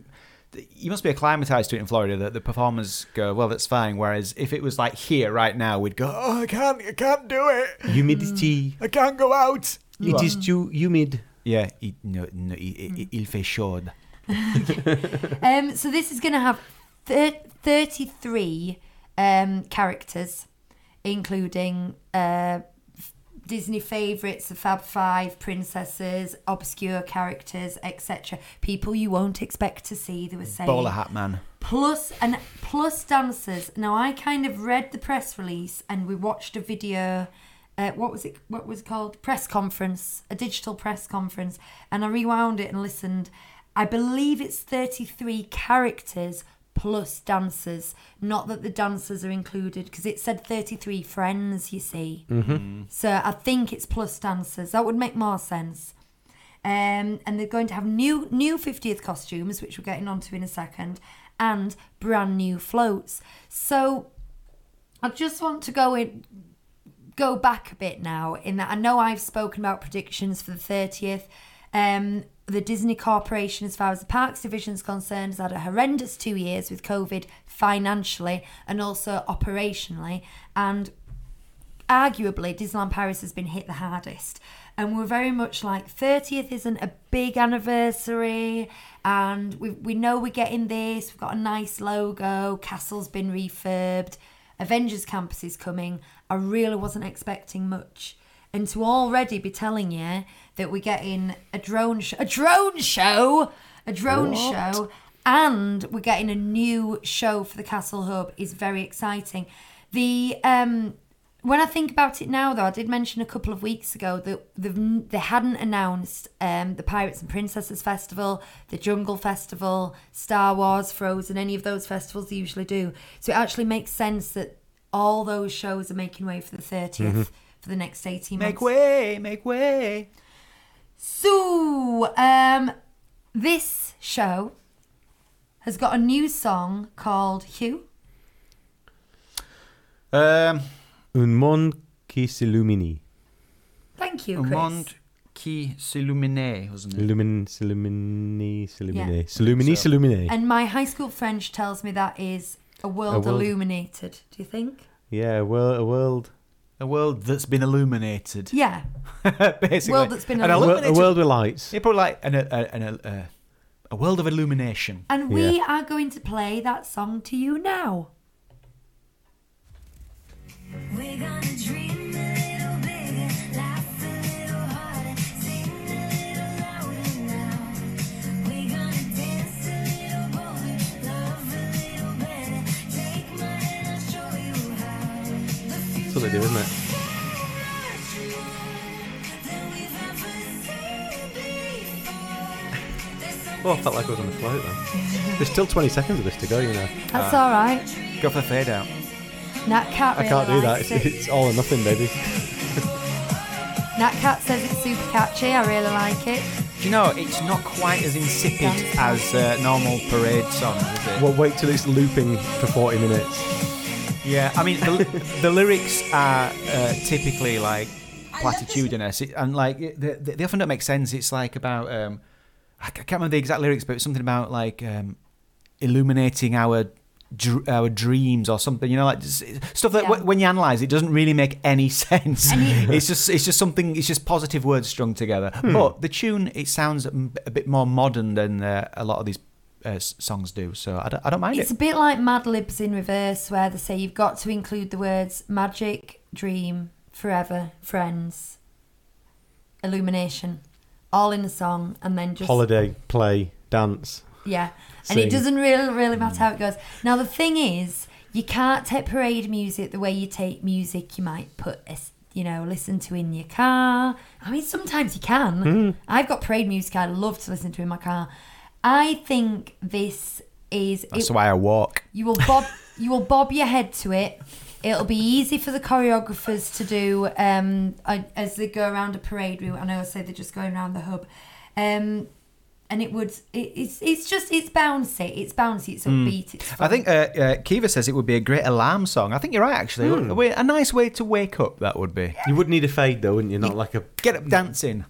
A: you must be acclimatized to it in Florida that the performers go, well, that's fine. Whereas if it was like here right now, we'd go, oh, I can't, I can't do it.
C: Humidity.
A: I can't go out.
B: Mm.
C: It is too humid.
A: Yeah, it, no, no, it,
B: Mm.
A: it, il fait chaud.
B: Um, so this is going to have thir- 33 um, characters, including uh, f- Disney favourites, the Fab Five, princesses, obscure characters, etc. People you won't expect to see. They were saying
A: Bowler hat man.
B: plus and plus dancers. Now I kind of read the press release and we watched a video. Uh, what was it? What was it called? Press conference, a digital press conference, and I rewound it and listened. I believe it's thirty-three characters plus dancers. Not that the dancers are included because it said thirty-three friends. You see, so I think it's plus dancers. That would make more sense. Um, and they're going to have new new 50th costumes, which we're getting onto in a second, and brand new floats. So I just want to go in go back a bit now in that I know I've spoken about predictions for the 30th. Um, the Disney Corporation, as far as the Parks Division is concerned, has had a horrendous two years with COVID financially and also operationally. And arguably Disneyland Paris has been hit the hardest. And we're very much like 30th isn't a big anniversary, and we, we know we're getting this. We've got a nice logo, Castle's been refurbed, Avengers Campus is coming. I really wasn't expecting much. And to already be telling you that we're getting a drone show, a drone show, a drone show, and we're getting a new show for the Castle Hub is very exciting. The um, when I think about it now, though, I did mention a couple of weeks ago that they've- they hadn't announced um, the Pirates and Princesses Festival, the Jungle Festival, Star Wars, Frozen, any of those festivals they usually do. So it actually makes sense that all those shows are making way for the 30th for the next 18 months.
D: Mm-hmm. Make way, make way.
B: So, um, this show has got a new song called Hugh.
A: Um,
C: Un mon qui s'illumine.
B: Thank you, Chris.
A: Mond qui s'illumine, wasn't it?
C: Illumine, s'illumine,
B: Mm. Yeah.
C: s'illumine. S'illumine, s'illumine.
B: And my high school French tells me that is a world,
C: A world-
B: illuminated. Do you think?
C: Yeah, a world. A world.
A: A world that's been illuminated.
B: Yeah.
A: Basically.
B: World that's been
A: An
C: A wor-
A: illuminated.
C: a world with lights.
A: They put like an, a, a, an, a, a world of illumination.
B: And we are going to play that song to you now.
E: We're gonna dream a little bigger, laugh a little harder, sing a little louder now. We're gonna dance a little bolder, love a little better. Take my hand, I'll show you how. The
C: That's what they do, isn't it? Oh, I felt like I was on a float then. There's still 20 seconds of this to go, you know.
B: That's all right.
A: Go for the fade out.
B: Nat Cat.
C: Ah. I can't do
B: really
C: that. It's,
B: likes it.
C: it's all or nothing, baby.
B: Nat Cat says it's super catchy. I really like it.
A: Do you know, it's not quite as insipid as uh, normal parade songs, is it?
C: Well, wait till it's looping for 40 minutes.
A: yeah, I mean, the, the lyrics are uh, typically like platitudinous it- and like it- they, they they often don't make sense. It's like about, um, I ca- can't remember the exact lyrics, but it's something about like um, illuminating our. dr- Our dreams, or something, you know, like just, stuff that
B: Yeah.
A: w- when you analyze, it doesn't really make any sense.
B: And it-
A: it's just, it's just something. It's just positive words strung together. But the tune, it sounds a m- a bit more modern than uh, a lot of these uh, s- songs do. So I don't, I don't mind it.
B: It's a bit like Mad Libs in reverse, where they say you've got to include the words magic, dream, forever, friends, illumination, all in a song, and then just
C: Holiday, play, dance.
B: Yeah, and it
C: Sing.
B: doesn't really really matter how it goes. Now the thing is, you can't take parade music the way you take music you might put, a s- you know, listen to in your car. I mean, sometimes you can. I've got parade music I love to listen to in my car. I think this is
A: That's
B: it-
A: why I walk.
B: you will bob you will bob your head to it. It'll be easy for the choreographers to do um, I- as they go around a parade route. I know I say they're just going around the hub, um, and it would it, it's it's just it's bouncy. It's bouncy. It's upbeat. It's fun.
A: I think uh, uh, Kiva says it would be a great alarm song. I think you're right, actually. A, way- a nice way to wake up, that would be.
C: You would need a fade though, wouldn't you? Not like a
A: Get up dancing.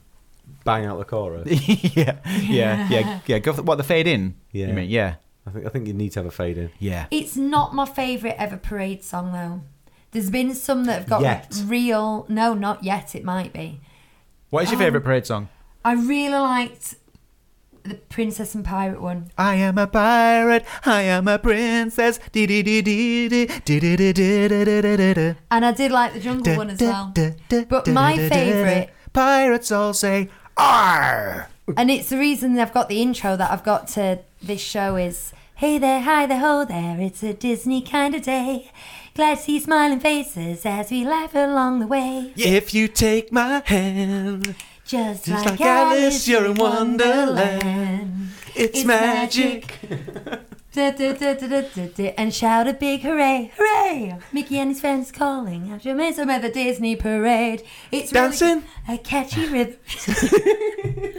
C: bang out the chorus.
A: yeah, yeah, yeah, yeah. Go for what the fade in.
C: Yeah.
A: you mean yeah,
C: I think I think you need to have a fade in.
A: yeah.
B: it's not my favourite ever parade song though. There's been some that have got
A: Yet.
B: real. No, not yet. It might be.
A: What
B: Um,
A: is your favorite parade song?
B: I really liked the Princess and Pirate one.
A: I am a pirate. I am a princess. Dee dee dee dee dee dee dee dee dee dee dee dee dee dee.
B: And I did like the jungle one as well. But my favourite,
A: Pirates all say "R."
B: and it's the reason I've got the intro that I've got to this show is Hey there, hi there, ho there, it's a Disney kind of day. Glad to see smiling faces as we laugh along the way.
A: If you take my hand,
B: Just,
A: Just
B: like,
A: like Alice,
B: Alice, you're in Wonderland.
A: it's magic.
B: Da, da, da, da, da, da, da, and shout a big hooray, hooray! Mickey and his friends calling out your mates about the Disney parade. It's really
C: Dancing.
B: a catchy rhythm.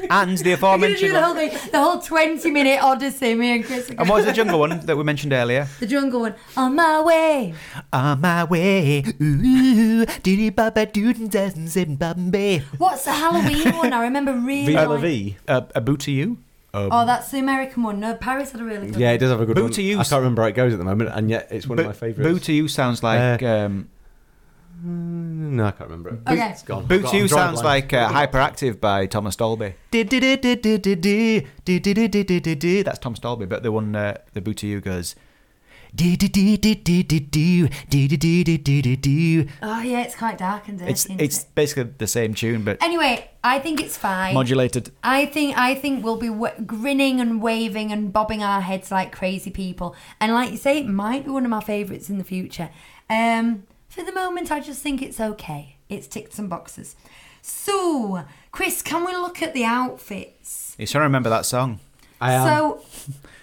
A: And the
B: We're gonna do
A: aforementioned.
B: the whole thing, the whole twenty-minute odyssey. Me and Chris. are
A: and
B: gonna-
A: what was the jungle one that we mentioned earlier?
B: The jungle one. On my way.
A: On my way, ooh, diddy baba doodens in Bombay.
B: What's the Halloween one? I remember really.
C: Viva la
B: liking-
C: vie.
A: Uh, a boot to you.
B: Oh, that's the American one. No, Paris had a really good.
C: Yeah, it does have a good
A: Boo
C: one.
A: to you.
C: I can't remember how it goes at the moment, and yet it's one of my favourites.
A: Boot to you sounds like. um,
C: Mm, No, I can't remember it.
B: Okay.
C: It's gone. I've
A: Boot
C: got-
A: to You
C: I'm drawing a
A: sounds
C: blank.
A: like uh, Hyperactive by Thomas Dolby. That's Thomas Dolby, but the one, uh, the Boot to You goes. It's
B: Oh yeah, it's quite dark and dirty. isn't
A: it's
B: it?
A: basically the same tune, but
B: Anyway, I think it's fine.
A: modulated.
B: I think I think we'll be w- grinning and waving and bobbing our heads like crazy people. And like you say, it might be one of my favourites in the future. Um, for the moment, I just think it's okay. It's ticked some boxes. So, Chris, can we look at the outfits?
A: You sure remember that song?
C: I am.
B: So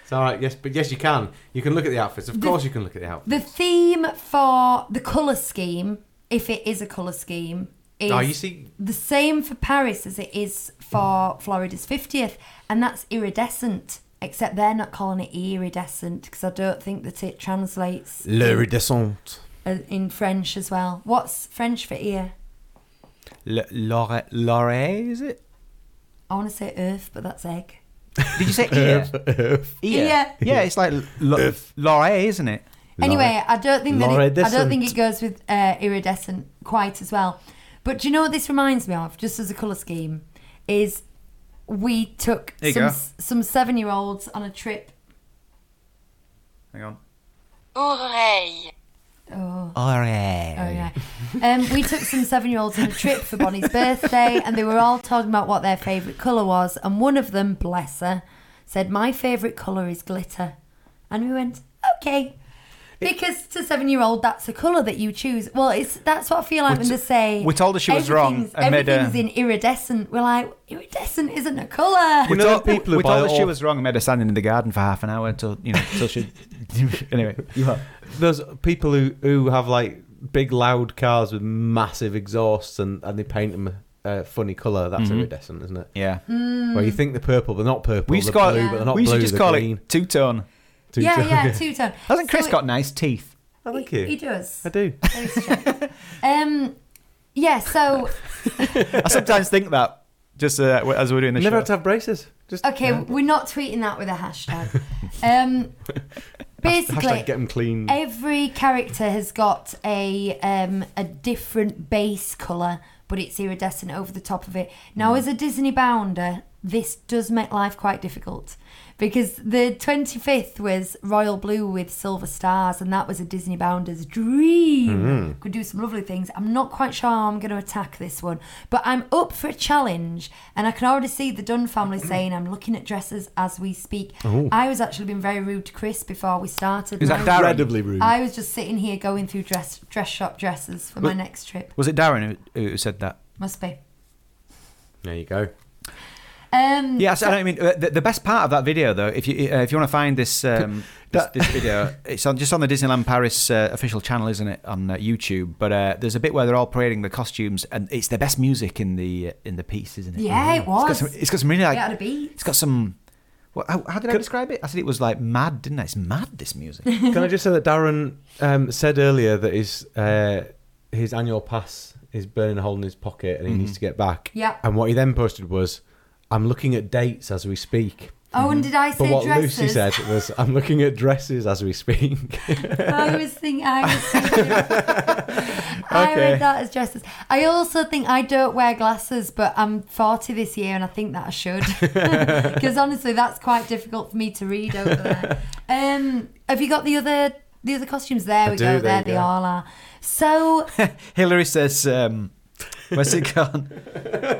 C: It's all right. Yes, but yes, you can. You can look at the outfits. Of course, you can look at the outfits.
B: the theme for the colour scheme, if it is a colour scheme, is
C: Oh, you see-
B: the same for Paris as it is for Florida's 50th, and that's iridescent. Except they're not calling it iridescent because I don't think that it translates
C: L'iridescent.
B: uh, in French as well. What's French for ear?
A: L- Lore, Lore, is it?
B: I want to say earth, but that's egg.
A: Did you say ear? Ear.
B: Ear.
A: Yeah, it's like lo- Lore, isn't it?
B: Anyway, I don't think that it, I don't
C: Iridescent.
B: think it goes with uh, iridescent quite as well. But do you know what this reminds me of? Just as a color scheme, is we took
A: There you
B: some
A: go.
B: s- some seven year olds on a trip.
A: Hang on.
F: oreille,
B: Oh,
A: Lore.
B: oh yeah. Um, we took some seven year olds on a trip for Bonnie's birthday, and they were all talking about what their favorite color was. And one of them, bless her, said, "My favorite color is glitter," and we went, "Okay." Because to seven-year-old, that's a colour that you choose. Well, it's that's what I feel like
A: We
B: when
A: t-
B: they say
A: we told her she was wrong
B: everything's-
A: and made a-
B: everything's in iridescent. We're like, iridescent isn't a colour.
A: We
C: know
A: told,
C: the people who
A: we
C: buy
A: told her she
C: all-
A: was wrong and made her stand in the garden for half an hour until you know until she anyway. You are.
C: Those people who who have like big loud cars with massive exhausts and and they paint them a uh, funny color. That's iridescent, isn't it?
A: Yeah.
B: Mm.
C: Where you think they're purple, but they're not purple.
A: Mm-hmm. We used to
C: They're
A: call
C: blue,
B: Yeah.
C: but
A: it
C: they're not
A: we used
C: blue.
A: to just
C: they're
A: call
C: green.
A: it two tone.
C: Two
B: yeah,
C: tone,
B: yeah, two-tone.
A: Hasn't
B: So
A: Chris
B: it-
A: got nice teeth?
C: Oh, thank you.
B: He does.
C: I do.
B: Um, yeah. So
A: I sometimes think that just uh, as we're doing the
C: Never
A: show.
C: had to have braces. Just
B: okay, we're not tweeting that with a hashtag. Um, basically,
C: hashtag get them clean.
B: Every character has got a um, a different base color, but it's iridescent over the top of it. Now, as a Disney bounder, this does make life quite difficult because the 25th was royal blue with silver stars, and that was a Disney bounder's dream. Could do some lovely things. I'm not quite sure how I'm going to attack this one, but I'm up for a challenge, and I can already see the Dunn family saying I'm looking at dresses as we speak. I was actually being very rude to Chris before we started.
A: Is that
B: and I was-
A: Darren?
C: Incredibly rude.
B: I was just sitting here going through dress dress shop dresses for my next trip.
A: Was it Darren who, who said that?
B: Must be.
C: There you go.
B: Um,
A: Yes, I don't mean uh, the, the best part of that video though. If you uh, if you want to find this um, this,
C: That-
A: this video, it's on just on the Disneyland Paris uh, official channel, isn't it, on uh, YouTube? But uh, there's a bit where they're all parading the costumes, and it's the best music in the uh, in the piece, isn't it?
B: Yeah, it was.
A: It's got some, it's got some really like
B: It had a beat.
A: It's got some. What, how, how did I
C: Could-
A: describe it? I said it was like mad, didn't I? It's mad. This music.
C: Can I just say that Darren um, said earlier that his uh, his annual pass is burning a hole in his pocket and he needs to get back.
B: Yeah.
C: And what he then posted was, "I'm looking at dates as we speak."
B: Oh, and did I
C: But
B: say
C: Mm-hmm. what
B: dresses?
C: Lucy said was, "I'm looking at dresses as we speak."
B: I was thinking. I was thinking. I
A: Okay.
B: read that as dresses. I also think I don't wear glasses, but I'm 40 this year, and I think that I should. Because honestly, that's quite difficult for me to read over there. Um, have you got the other the other costumes? There we
C: do,
B: go.
C: there
B: There,
C: you
B: they
C: go.
B: all are. So
A: Hillary says, um, "Where's it gone?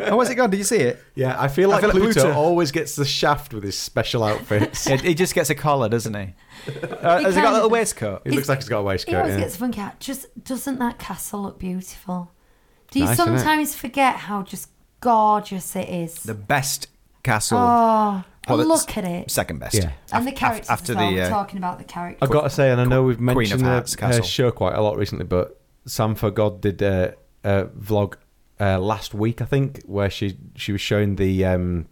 A: oh, where's it gone? Did you see it?
C: yeah, I feel like
A: feel like
C: Pluto,
A: Pluto.
C: always gets the shaft with his special outfits.
A: It, it just gets a collar, doesn't he? Uh, has it got a
B: kind
A: little
B: of-
A: waistcoat?
C: He looks like he's got a
B: He
C: waistcoat.
B: always
C: Yeah.
B: gets a funky out. Just doesn't that castle look beautiful? Do you
C: Nice, isn't it?
B: sometimes forget how just gorgeous it is?
A: The best castle.
B: oh,
A: Well, it's
B: Look at it.
A: Second best.
C: Yeah.
B: and the
A: Af- af-
B: characters
A: after
B: as well.
A: the,
B: We're
A: uh,
B: talking about the characters.
C: I've got to say, and I know we've
A: Queen of
C: mentioned
A: Hearts
C: the uh,
A: Castle.
C: show quite a lot recently, but Sam for God did a, a vlog uh, last week, I think, where she she was showing the um,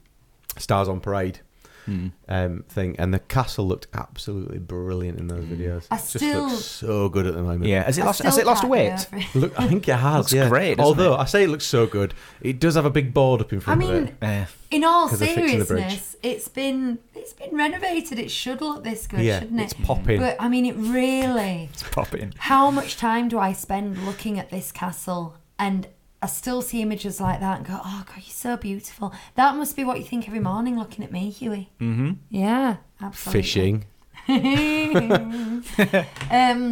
C: Stars on Parade
A: Hmm.
C: um, thing, and the castle looked absolutely brilliant in those videos.
B: I
C: It
B: still-
C: just looks so good at the moment.
A: Hmm. Yeah. Has it
B: I
A: lost? Has
B: still
A: it lost
B: can't
A: weight?
B: get over it.
C: Look, I think it has.
A: Looks
C: yeah.
A: great, doesn't
C: Although
A: it?
C: I say it looks so good, it does have a big board up in
B: I
C: front of
B: mean,
C: it.
A: Eh.
B: in all
C: 'Cause they're fixing the bridge.
B: seriousness, it's been it's been renovated. It should look this good,
C: Yeah,
B: shouldn't it?
C: it's popping.
B: But I mean, it really.
A: It's popping.
B: How much time do I spend looking at this castle and I still see images like that and go, oh, God, you're so beautiful. That must be what you think every morning looking at me, Huey. Mm-hmm. Yeah, absolutely.
C: Fishing.
B: Um,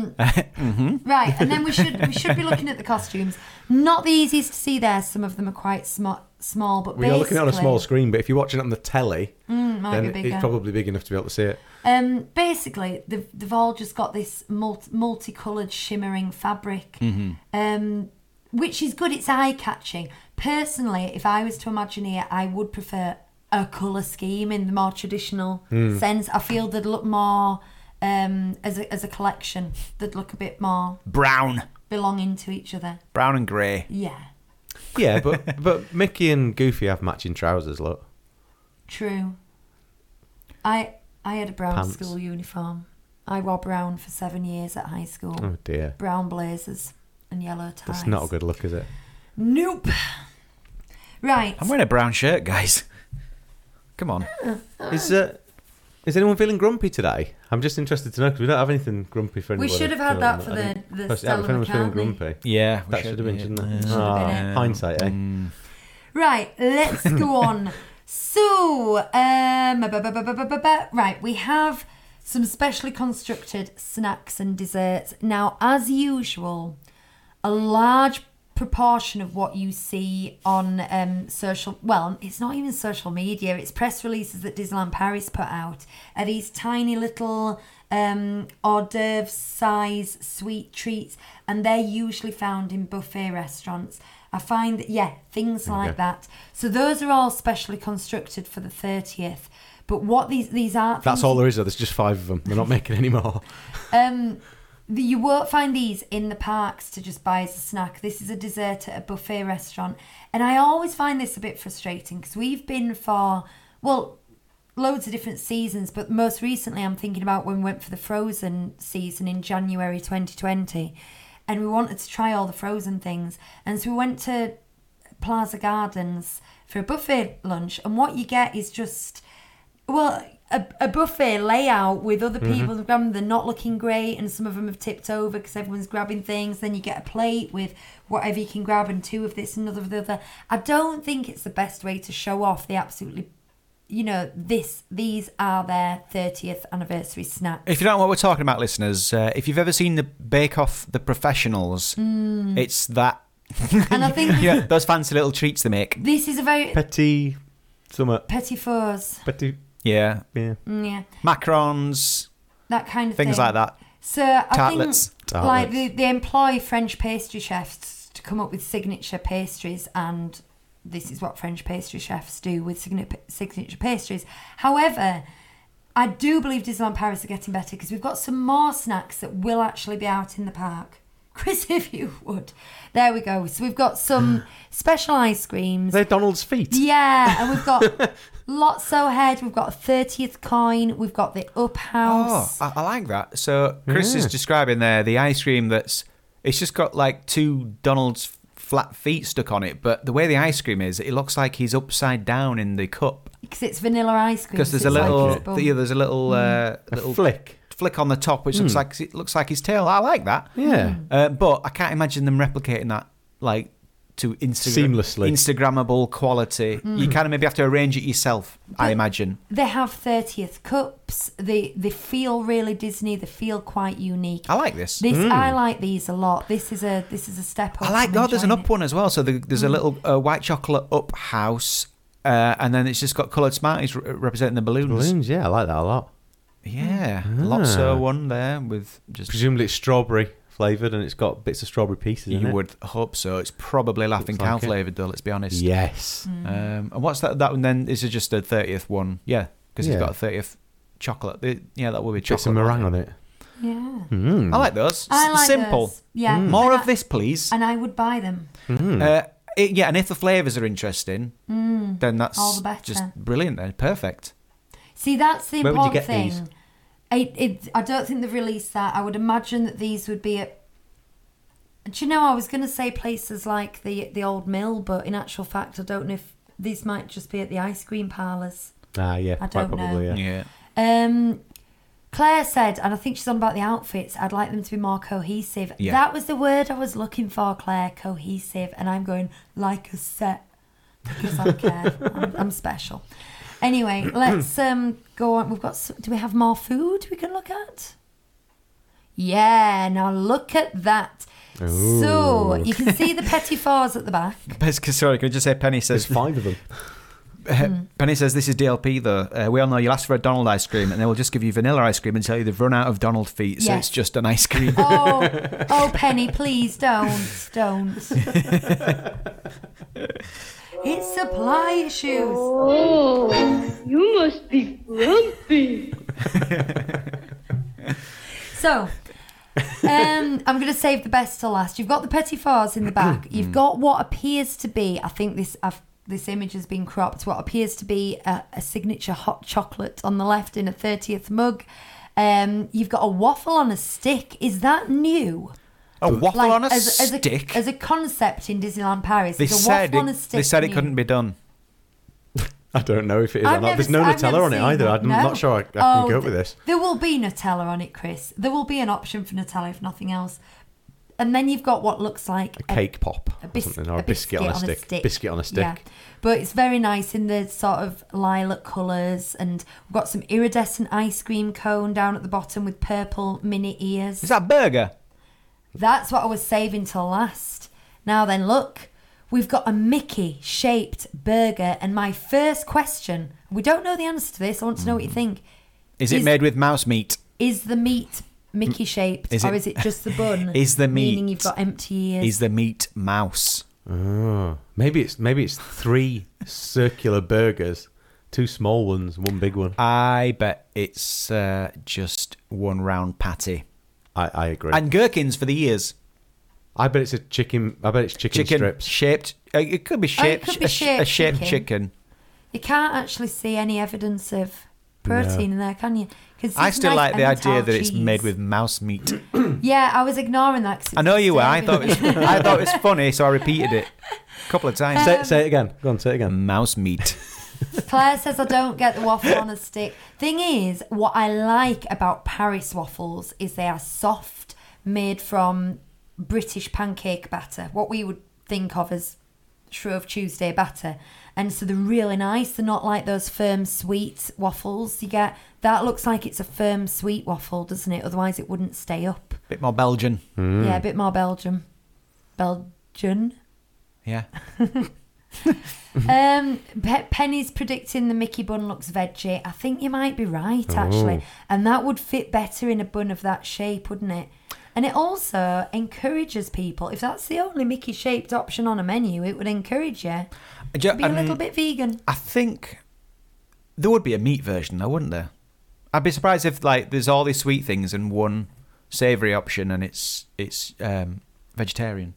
C: Mm-hmm.
B: Right, and then we should we should be looking at the costumes. Not the easiest to see there. Some of them are quite small, small but
C: Well, you're looking at it on a
B: basically- mm,
C: small screen, but if you're watching it on the telly,
B: might
C: then
B: be bigger.
C: it's probably big enough to be able to see it.
B: Um, basically, they've, they've all just got this multi- multicolored shimmering fabric, um, which is good. It's eye catching. Personally, if I was to Imagineer, I would prefer a color scheme in the more traditional sense. I feel they'd look more um, as a, as a collection. They'd look a bit more
A: Brown,
B: belonging to each other.
A: brown and grey.
B: Yeah,
C: Yeah, but but Mickey and Goofy have matching trousers. Look,
B: true. I I had a brown
C: Pants.
B: school uniform. I wore brown for seven years at high school.
C: oh dear,
B: brown blazers and yellow ties.
C: that's not a good look, is it?
B: Nope. Right.
A: I'm wearing a brown shirt, guys. Come on.
C: Is uh, is anyone feeling grumpy today? I'm just interested to know because we don't have anything grumpy for
B: We
C: anybody.
B: should have had that for the- the Stella
C: if anyone's feeling
B: McCartney.
C: grumpy,
A: Yeah, we
C: that should have been, shouldn't
A: yeah.
C: it?
B: Should have been Mm.
C: Ah,
B: it.
C: hindsight, eh?
B: Right, let's go on. So, um, ba- ba- ba- ba- ba- ba- ba- right, we have some specially constructed snacks and desserts. Now, as usual, a large proportion of what you see on um, social, well, it's not even social media, it's press releases that Disneyland Paris put out, are these tiny little um, hors d'oeuvre size sweet treats, and they're usually found in buffet restaurants. I find that, yeah, things like that. So those are all specially constructed for the 30th. But what these these are
C: That's all there is. Though. There's just five of them. They're not making any more.
B: um, the, you won't find these in the parks to just buy as a snack. This is a dessert at a buffet restaurant. And I always find this a bit frustrating because we've been for, well, loads of different seasons, but most recently I'm thinking about when we went for the Frozen season in January 2020 and we wanted to try all the Frozen things. And so we went to Plaza Gardens for a buffet lunch, and what you get is just well, a, a buffet layout with other
A: Mm-hmm.
B: people grabbing, they're not looking great, and some of them have tipped over because everyone's grabbing things. Then you get a plate with whatever you can grab, and two of this, another of the other. I don't think it's the best way to show off the absolutely, you know, this. These are their thirtieth anniversary snacks.
A: If you don't know what we're talking about, listeners, uh, if you've ever seen the Bake Off, the professionals,
B: Hmm.
A: it's that.
B: And I think
A: Yeah, those fancy little treats they make.
B: this is a very
C: Petty, summer.
B: petit fours,
C: Petty,
A: Yeah,
C: yeah.
B: Mm, yeah,
A: macarons,
B: that kind of
A: things
B: thing.
A: like that.
B: So I
A: Tartlets.
B: think like they, they employ French pastry chefs to come up with signature pastries, and this is what French pastry chefs do with signa- signature pastries. However, I do believe Disneyland Paris are getting better because we've got some more snacks that will actually be out in the park. Chris, if you would, there we go. So we've got some special ice creams.
C: They're Donald's feet.
B: Yeah, and we've got Lotso Head, we've got a 30th coin, we've got the
A: Oh,
B: Up House.
A: I, I like that. So Chris is
C: Yeah.
A: describing there the ice cream that's it's just got like two Donald's f- flat feet stuck on it, but the way the ice cream is, it looks like he's upside down in the cup
B: Because it's vanilla ice cream.
A: because
B: so
A: there's a
B: it's like
A: little
B: his bum.
A: yeah, there's a little uh,
C: Hmm.
A: little
C: flick.
A: flick on the top, which looks like it looks like his tail. I like that.
C: Yeah.
A: Uh, but I can't imagine them replicating that like to Instagram
C: Seamlessly.
A: Instagrammable quality. You kind of maybe have to arrange it yourself. I imagine.
B: They have 30th cups. They they feel really Disney. They feel quite unique.
A: I like this.
B: This I like these a lot. This is a this is a step up.
A: hmm. I like
B: I'm
A: that. There's an
B: enjoying
A: up one as well. So the, there's
C: Mm.
A: a little uh, white chocolate up house, uh, and then it's just got coloured Smarties re- representing the balloons.
C: Balloons, yeah, I like that a lot.
A: Yeah, lots of one there with just.
C: Presumably it's strawberry flavoured and it's got bits of strawberry pieces in
A: you
C: it.
A: would hope so. It's probably laughing
C: Looks
A: cow
C: like it.
A: flavoured though. Let's be honest.
C: Yes.
A: Um, and what's that? That one then? Is it just a thirtieth one? Yeah. because
C: Yeah.
A: he's got a thirtieth chocolate. They- yeah, that will be
C: Get
A: chocolate.
C: some meringue on it. Mm. Oh.
B: Yeah.
A: I like those.
B: I
A: S-
B: like
A: Simple.
B: those. Yeah.
C: Hmm.
B: Mm.
A: Hmm. More
B: And
A: of
B: I-
A: this, please.
B: And I would buy them.
A: Uh, it- yeah, and if the flavors are interesting, then that's
B: Hmm. all the better.
A: just brilliant. Then perfect.
B: See, that's the
A: Where would you
B: important
A: get
B: thing. It, it, I don't think they've released that. I would imagine that these would be at. Do you know? I was going to say places like the the old mill, but in actual fact, I don't know if these might just be at the ice cream parlors.
C: Ah, yeah,
B: I
C: quite
B: don't
C: probably.
B: know.
C: Yeah.
A: Yeah.
B: Um, Claire said, and I think she's on about the outfits. I'd like them to be more cohesive.
A: Yeah.
B: That was the word I was looking for, Claire. Cohesive, and I'm going like a set because I care. I'm, I'm special. Anyway, let's um go on. We've got. s- Do we have more food we can look at? Yeah. Now look at that. So you can see the petit fours at the back.
A: Sorry, can we just say Penny says
C: There's five of them.
B: Hmm.
A: Penny says this is DLP though. Uh, we all know you'll ask for a Donald ice cream and they will just give you vanilla ice cream and tell you they've run out of Donald feet, so
B: Yes.
A: it's just an ice cream.
B: Oh, oh, Penny, please don't, don't. it's supply issues.
G: Oh, you must be grumpy.
B: So, um, I'm going to save the best till last. You've got the petit fours in the back.
A: Mm.
B: You've got what appears to be, I think this, I've, this image has been cropped, what appears to be a, a signature hot chocolate on the left in a 30th mug. Um, you've got a waffle on a stick. Is that new?
A: a waffle
B: Like,
A: on a
B: as, as
A: stick.
B: As a, concept in Disneyland Paris,
A: they
B: is a
A: said
B: waffle
A: it,
B: on a stick.
A: they said it
B: new?
A: couldn't be done.
C: I don't know if it is or
B: I've
C: not.
B: never
C: There's no
B: s- I've never
C: Nutella on it
B: seen
C: either.
B: one,
C: I'm
B: no.
C: not sure I, I can
B: Oh,
C: go
B: th-
C: with this.
B: There will be Nutella on it, Chris. There will be an option for Nutella if nothing else. And then you've got what looks like a
C: Cake pop
B: a,
C: or
B: bis-
C: something, or a
B: a
C: biscuit, on a stick. Biscuit on a stick.
B: Yeah. But it's very nice in the sort of lilac colours, and we've got some iridescent ice cream cone down at the bottom with purple mini ears.
A: Is that a burger?
B: That's what I was saving till last. Now then, look, we've got a Mickey shaped burger, and my first question we don't know the answer to this. I want to know what you think.
A: Mm. Is it
B: Is-
A: made with mouse meat?
B: Is the meat Mickey shaped,
A: Is
B: or
A: it-
B: is it just the bun?
A: Is the
B: Meaning
A: meat-
B: you've got empty ears.
A: Is the meat mouse?
C: Oh, maybe it's maybe it's three circular burgers, two small ones, one big one.
A: I bet it's uh, just one round patty.
C: I, I agree.
A: And gherkins for the ears.
C: I bet it's a chicken. I bet it's chicken,
A: Chicken
C: strips.
A: shaped. Uh, it could be shaped.
B: Oh, could be
A: a, sh- a
B: shaped
A: shaped
B: chicken.
A: chicken.
B: you can't actually see any evidence of protein in there, can you? 'Cause
A: I
B: it's
A: still
B: nice
A: like the idea
B: Emmental
A: that it's made
B: cheese.
A: with mouse meat.
B: Yeah, I was ignoring that. 'cause it
A: I know
B: was
A: you were. I thought
B: disturbing
A: it was, I thought it was funny, so I repeated it a couple of times.
C: Say,
B: um,
C: say it again. Go on, say it again.
A: mouse meat.
B: Claire says I don't get the waffle on a stick. Thing is, what I like about Paris waffles is they are soft, made from British pancake batter, what we would think of as Shrove Tuesday batter. And so they're really nice. They're not like those firm sweet waffles you get. That looks like it's a firm sweet waffle, doesn't it? Otherwise, it wouldn't stay up.
A: Bit more Belgian.
B: Yeah, a bit more Belgium. Belgian.
A: Yeah.
B: Um, Pe- Penny's predicting the Mickey bun looks veggie. I think you might be right, actually.
C: Oh.
B: And that would fit better in a bun of that shape, wouldn't it? And it also encourages people, if that's the only Mickey shaped option on a menu, it would encourage you
A: Do you-
B: to be a little
A: um,
B: bit vegan.
A: I think there would be a meat version, though, wouldn't there? I'd be surprised if like there's all these sweet things and one savoury option, and it's it's um, vegetarian.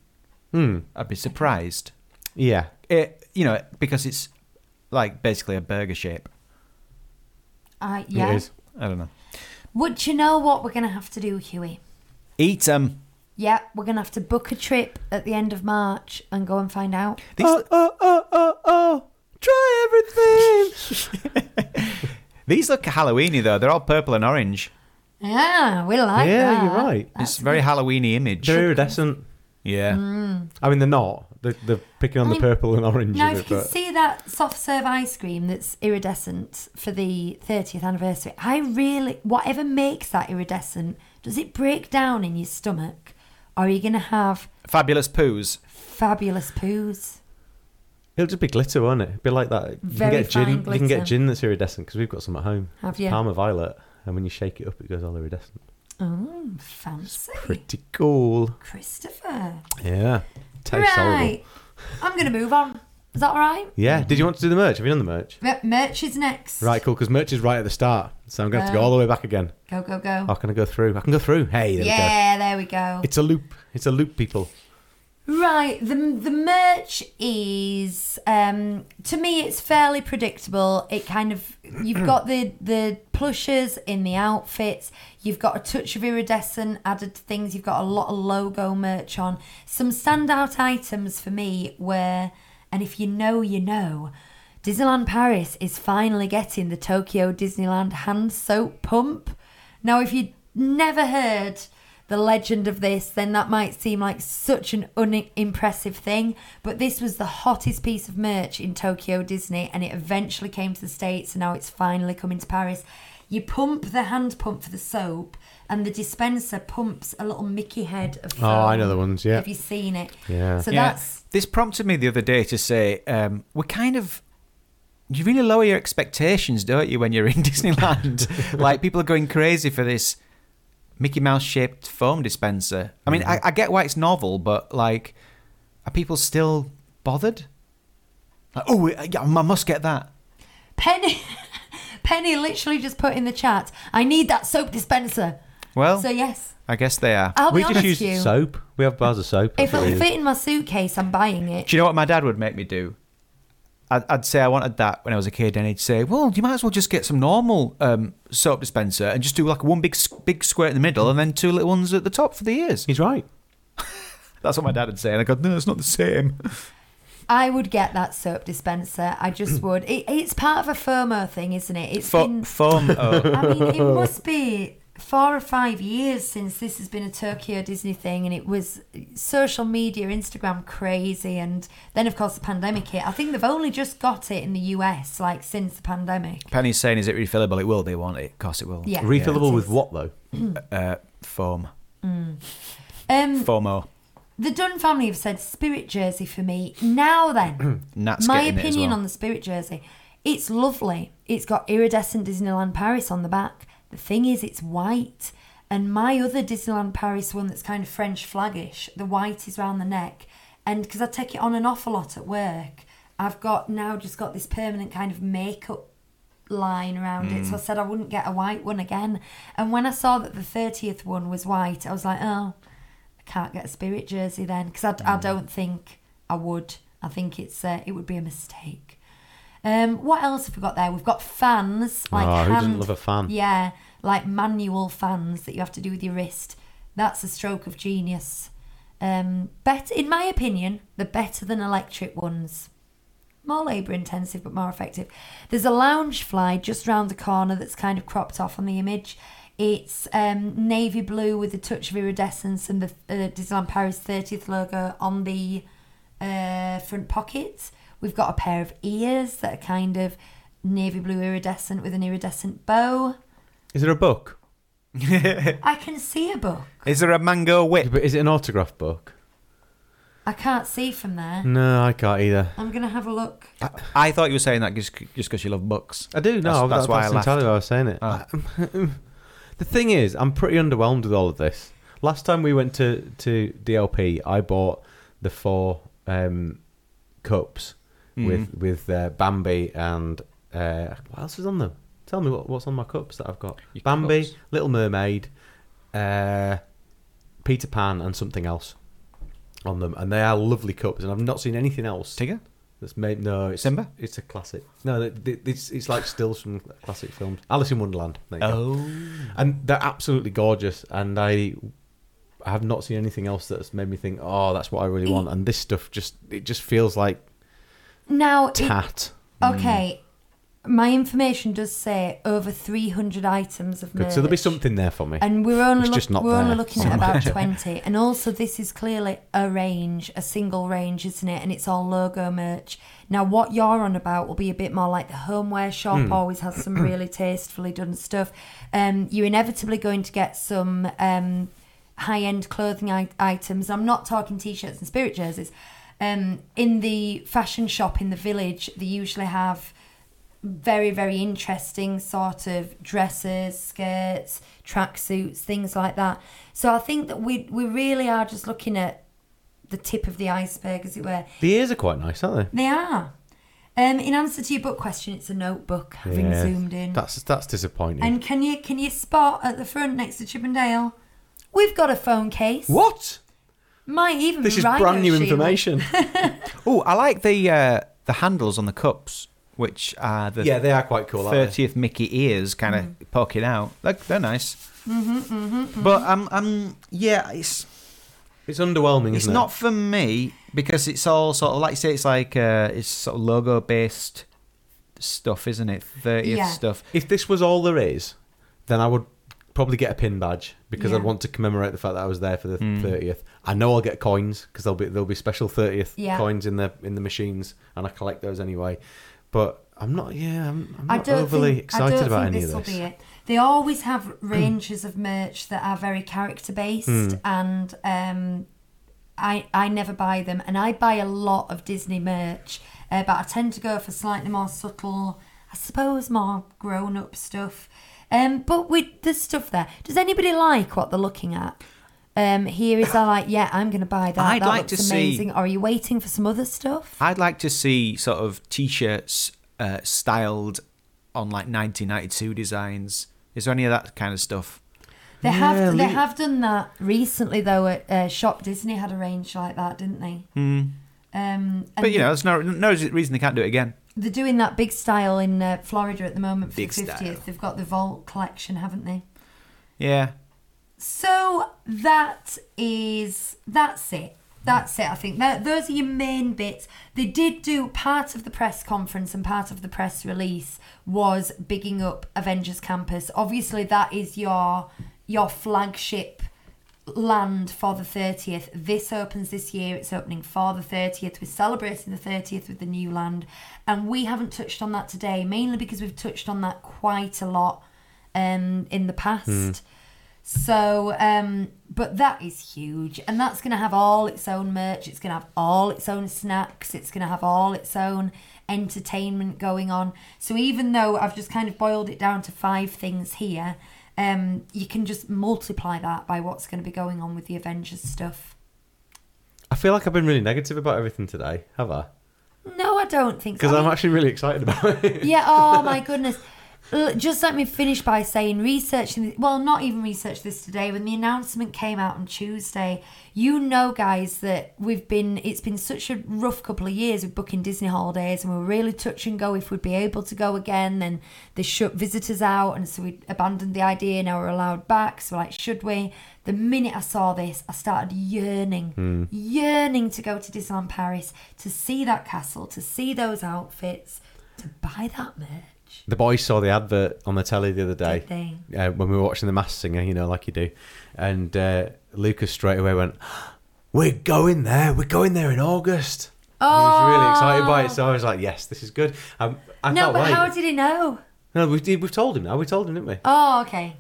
A: I'd be surprised.
C: Yeah.
A: It, you know, because it's like basically a burger shape.
B: Uh, yeah.
C: It is.
A: I don't know.
B: Would you know what we're going to have to do, Huey?
A: Eat um, them.
B: Yeah, we're going to have to book a trip at the end of March and go and find out.
C: Oh, oh, oh, oh, oh. Try everything.
A: These look Halloweeny though. They're all purple and orange.
B: Yeah, we like that.
C: yeah, you're right.
A: it's a very Halloweeny image.
C: They're iridescent.
A: Yeah.
B: Mm.
C: I mean, they're not. They're, they're picking on the
B: mean,
C: purple and orange.
B: Now,
C: of
B: if
C: it,
B: you can
C: but-
B: see that soft serve ice cream that's iridescent for the 30th anniversary, I really, whatever makes that iridescent, does it break down in your stomach? Or are you going to have
A: Fabulous poos.
B: fabulous poos?
C: It'll just be glitter, won't it? It'll be like that. You
B: Very
C: can get
B: fine
C: gin. You can
B: glitter.
C: get gin that's iridescent because we've got some at home.
B: Have
C: It's
B: you?
C: Palmer violet, and when you shake it up, it goes all iridescent.
B: Oh, fancy.
C: Pretty cool.
B: Christopher.
C: Yeah. Tastes horrible.
B: right. I'm going to move on. Is that all right?
C: Yeah. Did you want to do the merch? Have you done the merch?
B: Mer- Merch is next.
C: Right, cool. Because merch is right at the start, so I'm going to have to go
B: Um,
C: all the way back again.
B: Go, go, go.
C: Oh, can I go through? I can go through. Hey, there we go.
B: yeah, there we go.
C: It's a loop. It's a loop, people.
B: Right, the the merch is um to me it's fairly predictable. It kind of you've got the the plushes in the outfits. You've got a touch of iridescent added to things. You've got a lot of logo merch on. Some standout items for me were, and if you know, you know. Disneyland Paris is finally getting the Tokyo Disneyland hand soap pump. Now, if you'd never heard the legend of this, then that might seem like such an unimpressive thing. But this was the hottest piece of merch in Tokyo Disney, and it eventually came to the States, and now it's finally coming to Paris. You pump the hand pump for the soap, and the dispenser pumps a little Mickey head of foam.
C: Oh, I know the ones, yeah.
B: Have you seen it?
C: Yeah.
B: So
A: Yeah.
B: that's
A: This prompted me the other day to say, um, we're kind of. You really lower your expectations, don't you, when you're in Disneyland? like, people are going crazy for this Mickey Mouse shaped foam dispenser. I mean, I, I get why it's novel, but, like, are people still bothered? Like, oh, I I must get that.
B: Penny. Penny literally just put in the chat, "I need that soap dispenser."
A: Well,
B: So yes,
A: I guess they are.
B: I'll be
C: we just
B: honest
C: use
B: with you.
C: soap. We have bars of soap.
B: If
C: That's what we
B: it'll
C: use.
B: fit in my suitcase, I'm buying it.
A: Do you know what my dad would make me do? I'd, I'd say I wanted that when I was a kid, and he'd say, "Well, you might as well just get some normal um, soap dispenser and just do like one big s- big square in the middle, and then two little ones at the top for the ears."
C: He's right.
A: That's what my dad would say, and I go, "No, it's not the same."
B: I would get that soap dispenser. I just would. It, it's part of a FOMO thing, isn't it? It's
A: Fo-
B: been.
A: foam. oh.
B: I mean, it must be four or five years since this has been a Tokyo Disney thing, and it was social media, Instagram crazy, and then of course the pandemic hit. I think they've only just got it in the US, like since the pandemic.
A: Penny's saying, "Is it refillable? It will. They want it. Of course, it will."
B: Yeah.
C: Refillable
B: it
C: with
B: is.
C: what though?
A: Uh, foam.
B: Um,
A: Fomo.
B: The Dunn family have said spirit jersey for me. Now then,
A: Nat's
B: my
A: getting it as
B: opinion
A: well.
B: on the spirit jersey. It's lovely. It's got iridescent Disneyland Paris on the back. The thing is, it's white. And my other Disneyland Paris one that's kind of French flaggish, the white is round the neck. And because I take it on and off a lot at work, I've got now just got this permanent kind of makeup line around it. So
A: Mm.
B: I said I wouldn't get a white one again. And when I saw that the 30th one was white, I was like, oh, I can't get a spirit jersey then because I,
C: Mm.
B: I don't think I would. I think it's uh, it would be a mistake. Um, what else have we got there? We've got fans like
C: Oh, who
B: hand,
C: doesn't love a fan?
B: Yeah, like manual fans that you have to do with your wrist. That's a stroke of genius. Um, bet in my opinion, the better than electric ones more labour intensive but more effective. There's a lounge fly just round the corner that's kind of cropped off on the image. It's um, navy blue with a touch of iridescence and the uh, Disneyland Paris 30th logo on the uh, front pocket. We've got a pair of ears that are kind of navy blue iridescent with an iridescent bow.
C: Is there a book?
B: I can see a book.
A: Is there a mango whip?
C: But is it an autograph book?
B: I can't see from there.
C: No, I can't either.
B: I'm going to have a look.
A: I, I thought you were saying that just just because you love books.
C: I do. No,
A: That's-
C: that's,
A: that's why
C: why that's
A: I laughed. Ah.
C: entirely why I was saying it. the thing is, I'm pretty underwhelmed with all of this. Last time we went to to DLP, I bought the four um, cups
A: Mm-hmm.
C: with with uh, Bambi and uh, what else is on them? Tell me what, what's on my cups that I've got.
A: Your
C: Bambi,
A: cups?
C: Little Mermaid, uh, Peter Pan, and something else on them, and they are lovely cups. And I've not seen anything else.
A: Tigger.
C: That's made no it's,
A: Simba?
C: It's a classic. No, th- th- it's it's like stills from classic films. Alice in Wonderland. There you go. and they're absolutely gorgeous. And I, I have not seen anything else that's made me think, oh, that's what I really want. And this stuff just it just feels like
B: Now, it-
C: tat.
B: Okay. My information does say over 300 items of
C: Good.
B: merch.
C: So there'll be something there for me.
B: And we're only,
C: It's
B: look-
C: just not
B: we're only
C: there
B: looking at about 20. And also, this is clearly a range, a single range, isn't it? And it's all logo merch. Now, what you're on about will be a bit more like the homeware shop,
C: Hmm.
B: always has some really tastefully done stuff. Um, you're inevitably going to get some um, high end clothing I- items. I'm not talking t shirts and spirit jerseys. Um, in the fashion shop in the village, they usually have very very interesting sort of dresses skirts tracksuits things like that so i think that we we really are just looking at the tip of the iceberg, as it were.
C: The ears are quite nice, aren't
B: They are. Um, in answer to your book question, it's a notebook
C: they?
B: having
C: Yeah.
B: zoomed in.
C: That's that's disappointing.
B: And can you can you spot at the front next to Chippendale? We've got a phone case.
C: what?
B: Might even
C: This
B: be
C: is
B: Rhino
C: brand new
B: Shield.
C: information.
A: Oh, I like the uh, the handles on the cups, which are the
C: yeah, they are quite cool. Aren't they?
A: thirtieth Mickey ears kind of poking out. Like they're nice. Mm. Mm-hmm, But um, um, yeah, it's
C: It's underwhelming,
A: it's
C: isn't
A: not
C: it?
A: for me because it's all sort of like you say, it's like uh, it's sort of logo based stuff, isn't it? Thirtieth
B: Yeah.
A: stuff.
C: If this was all there is, then I would probably get a pin badge because
B: Yeah.
C: I'd want to commemorate the fact that I was there for the thirtieth. I know I'll get coins because there'll be there'll be special thirtieth
B: Yeah.
C: coins in the in the machines, and I collect those anyway. But I'm not. Yeah, I'm, I'm
B: I
C: not
B: don't
C: overly
B: think,
C: excited
B: I don't
C: about
B: think
C: any
B: this
C: of this.
B: will be it. They always have ranges of merch that are very character based,
C: Hmm.
B: and um, I I never buy them, and I buy a lot of Disney merch, uh, but I tend to go for slightly more subtle, I suppose, more grown up stuff. Um, but with the stuff there, does anybody like what they're looking at? Um, here is I like, yeah, I'm going to buy that.
A: I'd
B: that
A: like to
B: looks
A: see-
B: amazing. Are you waiting for some other stuff?
A: I'd like to see sort of t-shirts uh, styled on like 1992 designs. Is there any of that kind of stuff?
B: They
C: Yeah,
B: have they
C: Lee-
B: have done that recently though. At uh, Shop Disney had a range like that, didn't they? Mm. Um, and
A: Hmm. But you know, there's no no reason they can't do it again.
B: they're doing that big style in uh, Florida at the moment for
A: Big
B: the
A: style.
B: fiftieth. They've got the Vault collection, haven't they?
A: Yeah.
B: So that is that's it. That's it. I think that those are your main bits. They did do part of the press conference and part of the press release was bigging up Avengers Campus. Obviously, that is your your flagship land for the 30th. This opens this year. It's opening for the 30th. We're celebrating the 30th with the new land, and we haven't touched on that today, mainly because we've touched on that quite a lot um, in the past. So, um, but that is huge, and that's going to have all its own merch. It's going to have all its own snacks. It's going to have all its own entertainment going on. So, even though I've just kind of boiled it down to five things here, um, you can just multiply that by what's going to be going on with the Avengers stuff.
C: I feel like I've been really negative about everything today, have I?
B: No, I don't think so.
C: Because
B: I
C: I'm
B: mean-
C: actually really excited about it.
B: yeah. Oh my goodness. L- Just let me finish by saying researching. Well, not even research this today. When the announcement came out on Tuesday, you know, guys, that we've been. It's been such a rough couple of years with booking Disney holidays, and we were really touch and go if we'd be able to go again. Then they shut visitors out, and so we abandoned the idea. Now we're allowed back. So we're like, should we? The minute I saw this, I started yearning, yearning to go to Disneyland Paris to see that castle, to see those outfits to buy that merch.
C: The boys saw the advert on the telly the other day
B: Did they?
C: Uh, when we were watching The Mass Singer, you know, like you do. And uh, Lucas straight away went, We're going there. We're going there in August. And He was really excited by it. So I was like, Yes, this is good. Um, I
B: No,
C: can't
B: but
C: wait.
B: how did he know?
C: No, we did, we've told him now. We told him, didn't we?
B: Oh, okay.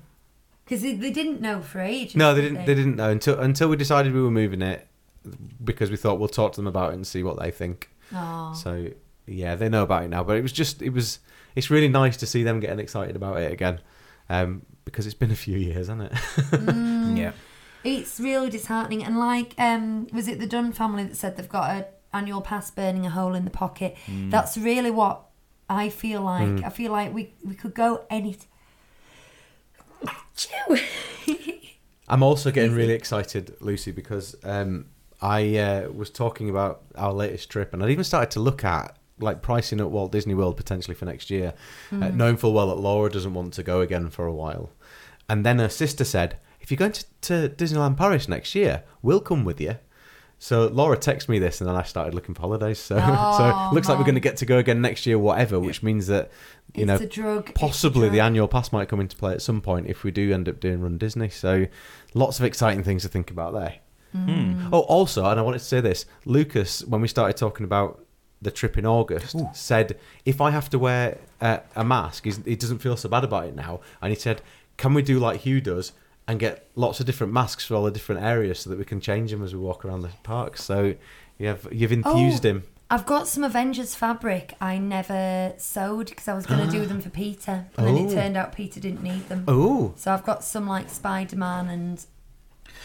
B: Because they, they didn't know for ages.
C: No, they
B: did
C: didn't. They didn't know until until we decided we were moving it because we thought we'll talk to them about it and see what they think.
B: Oh.
C: So yeah, they know about it now. But it was just it was it's really nice to see them getting excited about it again um, because it's been a few years, hasn't it?
A: Yeah.
B: It's really disheartening. And like, um, was it the Dunn family that said they've got an annual pass burning a hole in the pocket?
C: Hmm.
B: That's really what I feel like. I feel like we, we could go any. Chew.
C: I'm also getting really excited, Lucy, because um, I uh, was talking about our latest trip, and I'd even started to look at like pricing at Walt Disney World potentially for next year,
B: Hmm.
C: uh, knowing full well that Laura doesn't want to go again for a while. And then her sister said, "If you're going to, to Disneyland Paris next year, we'll come with you." So Laura texted me this, and then I started looking for holidays. So, so it looks like we're
B: man.
C: going to get to go again next year, whatever. Which means that you
B: It's
C: know
B: a drug. It's a
C: possibly the
B: drug.
C: annual pass might come into play at some point if we do end up doing Run Disney. So, lots of exciting things to think about there. Oh, also, and I wanted to say this Lucas, when we started talking about the trip in August, said, If I have to wear uh, a mask, he's, he doesn't feel so bad about it now. And he said, Can we do like Hugh does? And get lots of different masks for all the different areas so that we can change them as we walk around the park. So you've you've enthused him.
B: I've got some Avengers fabric I never sewed because I was going to do them for Peter. And then
C: Oh.
B: it turned out Peter didn't need them.
C: Oh,
B: So I've got some like Spider Man and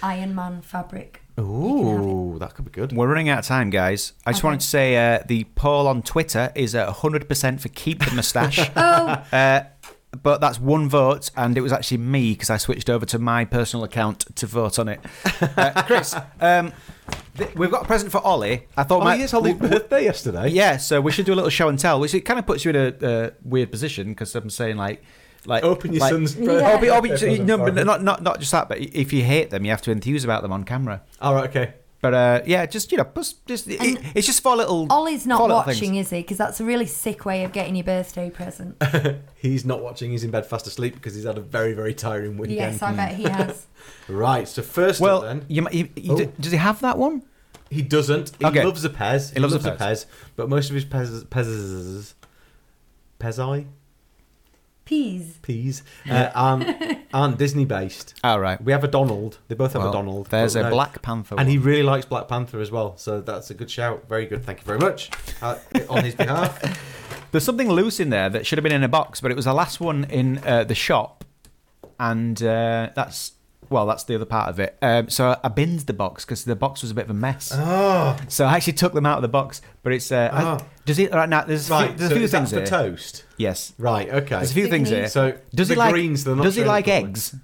B: Iron Man fabric.
C: Ooh, that could be good.
A: We're running out of time, guys. I just wanted to say uh, the poll on Twitter is at 100% for keep the moustache.
B: Oh,
A: Uh, but that's one vote, and it was actually me because I switched over to my personal account to vote on it. Uh, Chris, um, th- we've got a present for Ollie. I thought,
C: Oh,
A: my,
C: yes, Holly's birthday yesterday.
A: yeah, so we should do a little show and tell, which it kind of puts you in a uh, weird position because I'm saying like, like
C: Open your
A: like,
C: son's
B: Yeah.
C: birthday.
B: Oh, but-
A: Or be- or be-
C: present
A: no,
C: for
A: but
C: him.
A: not, not not just that. But if you hate them, you have to enthuse about them on camera.
C: All right, okay.
A: But uh, yeah, just you know, plus- just it-
B: And
A: it's just four little.
B: Ollie's not
A: four little
B: watching,
A: things.
B: is he? Because that's a really sick way of getting your birthday present.
C: He's not watching. He's in bed fast asleep because he's had a very, very tiring weekend.
B: yes, I bet
A: Hmm.
B: he has.
C: Right. So first
A: Well,
C: up, then
A: you, might- you, you,
C: Oh.
A: d- does he have that one?
C: he doesn't. He
A: Okay.
C: loves a Pez. He,
A: loves a Pez.
C: but most of his Pez Pez's Pezai
B: Peas.
C: peas uh, aren't, aren't Disney based.
A: All right.
C: We have a Donald. They both have
A: Well,
C: a Donald.
A: there's
C: but
A: a Black Panther
C: and he
A: one.
C: really likes Black Panther as well. So that's a good shout. Very good. Thank you very much uh, on his behalf.
A: There's something loose in there that should have been in a box, but it was the last one in uh, the shop, and uh, that's well, that's the other part of it. Um, so I binned the box because the box was a bit of a mess.
C: Oh,
A: So I actually took them out of the box, but it's uh, I-
C: Oh.
A: does it right now? There's a few,
C: right.
A: there's
C: so
A: a few
C: is that
A: things
C: for
A: here.
C: toast.
A: Yes,
C: Right. Okay.
A: there's a few
B: You can
A: things
B: eat.
A: here.
C: So
A: does
C: the
A: he like
C: greens, they're not
A: does he
C: shown
A: like
C: properly.
A: eggs?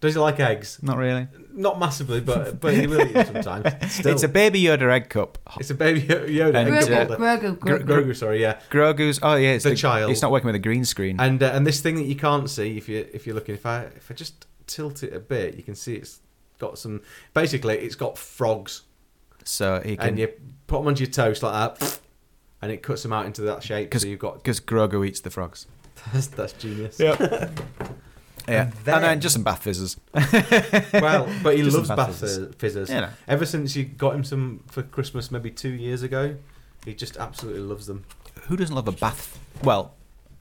C: Does he like eggs?
A: Not really.
C: Not massively, but but he will eat them sometimes. Still.
A: It's a baby Yoda egg cup.
C: It's a baby Yoda.
A: And,
C: egg
A: uh,
C: holder.
B: Grogu,
C: Gro-
B: Grogu.
C: Grogu, sorry, yeah.
A: Grogu's. Oh yeah, it's
C: The child.
A: It's not working with a green screen.
C: And uh, and this thing that you can't see if you if you're looking if I if I just tilt it a bit, you can see it's got some. Basically, it's got frogs,
A: so he
C: and
A: can
C: you put them onto your toast like that, and it cuts them out into that shape. So you've got
A: because Grogu eats the frogs.
C: that's, that's genius.
A: Yeah,
C: And
A: and
C: then-
A: then, just some bath fizzes.
C: Well, but he
A: Just
C: loves
A: some
C: bath
A: bath
C: fizz- fizzers.
A: You know.
C: Ever since you got him some for Christmas, maybe two years ago, he just absolutely loves them.
A: Who doesn't love a bath? Well,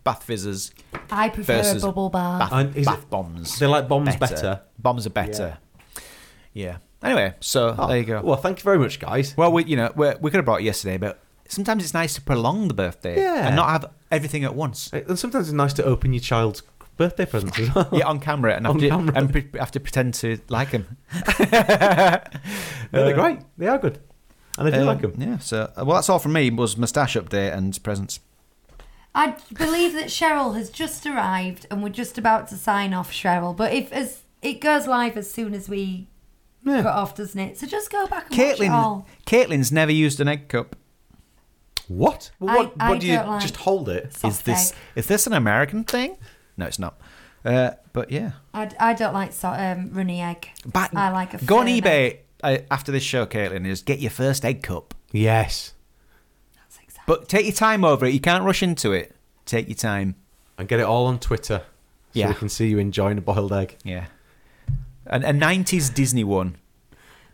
A: bath fizzes.
B: I prefer
A: Versus
B: a bubble bar.
A: Bath,
C: And is
A: bath
C: it-
A: bombs.
C: They like bombs better.
A: Bombs are better. Yeah. Anyway, so
C: Oh,
A: there you go.
C: Well, thank you very much, guys.
A: Well, we you know we we could have brought it yesterday, but sometimes it's nice to prolong the birthday
C: Yeah.
A: and not have everything at once.
C: And sometimes it's nice to open your child's birthday presents as well.
A: Yeah, on camera and have,
C: On
A: to,
C: camera.
A: and pre- have to pretend to like him.
C: No, they're great. They are good, and I do
A: Um,
C: like them.
A: Yeah. So uh, well, that's all from me. Was moustache update and presents.
B: I believe that Cheryl has just arrived and we're just about to sign off Cheryl. But if as it goes live as soon as we cut off, doesn't it? So just go back and watch it
A: Caitlin,
B: all.
A: Caitlin's never used an egg cup.
C: What?
B: I-
C: what?
B: I
C: what do you
B: don't like-
C: just hold it?
B: Soft
A: is this
B: egg.
A: is this an American thing? No, it's not. Uh, but yeah,
B: I, I don't like so, um, runny egg.
A: Back-
B: I like a
A: go on
B: firm egg.
A: eBay uh, after this show, Caitlin, is get your first egg cup.
C: Yes,
B: That's exactly-
A: But take your time over it. You can't rush into it. Take your time.
C: and get it all on Twitter, so
A: Yeah.
C: we can see you enjoying a boiled egg.
A: Yeah. And a '90s Disney one.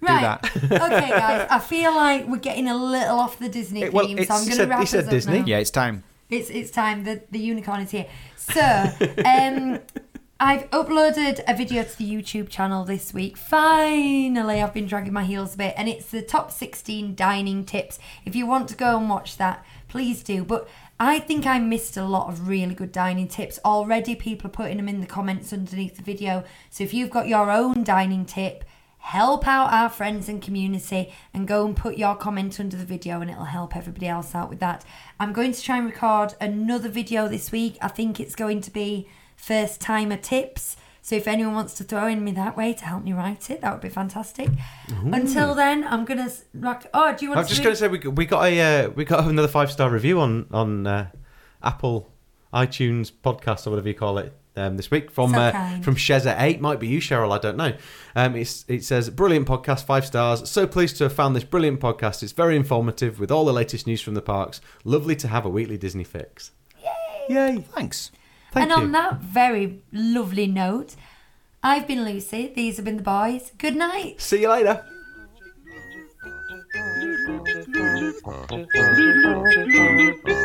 B: Right. okay, guys. I feel like we're getting a little off the Disney
A: It- well,
B: theme, so
A: it's-
B: I'm
A: he
B: going to
C: said-
B: wrap
C: he
B: us
C: said
B: up
C: Disney.
B: now.
A: Yeah, it's time.
B: It's it's time. The the unicorn is here. So, um, I've uploaded a video to the YouTube channel this week. Finally, I've been dragging my heels a bit, and it's the top 16 dining tips. If you want to go and watch that, please do. But I think I missed a lot of really good dining tips already. People are putting them in the comments underneath the video. So if you've got your own dining tip. Help out our friends and community and go and put your comment under the video, and it'll help everybody else out with that. I'm going to try and record another video this week. I think it's going to be first timer tips. So if anyone wants to throw in me that way to help me write it, that would be fantastic. Until then, I'm gonna. s- rock- Oh, do you want?
C: I'm
B: to
C: just
B: do-
C: going to say we got- we got a uh, we got another five star review on on uh, Apple iTunes podcast or whatever you call it um, this week from
B: So
C: uh,
B: kind.
C: from Shezza Eight. Might be you, Cheryl. I don't know. Um, it's, it says brilliant podcast, five stars. So pleased to have found this brilliant podcast. It's very informative with all the latest news from the parks. Lovely to have a weekly Disney fix. Yay! Yay!
A: Thanks.
C: Thank
B: and
C: you.
B: on that very lovely note, I've been Lucy. These have been the boys. Good night.
C: See you later.
E: Thank you.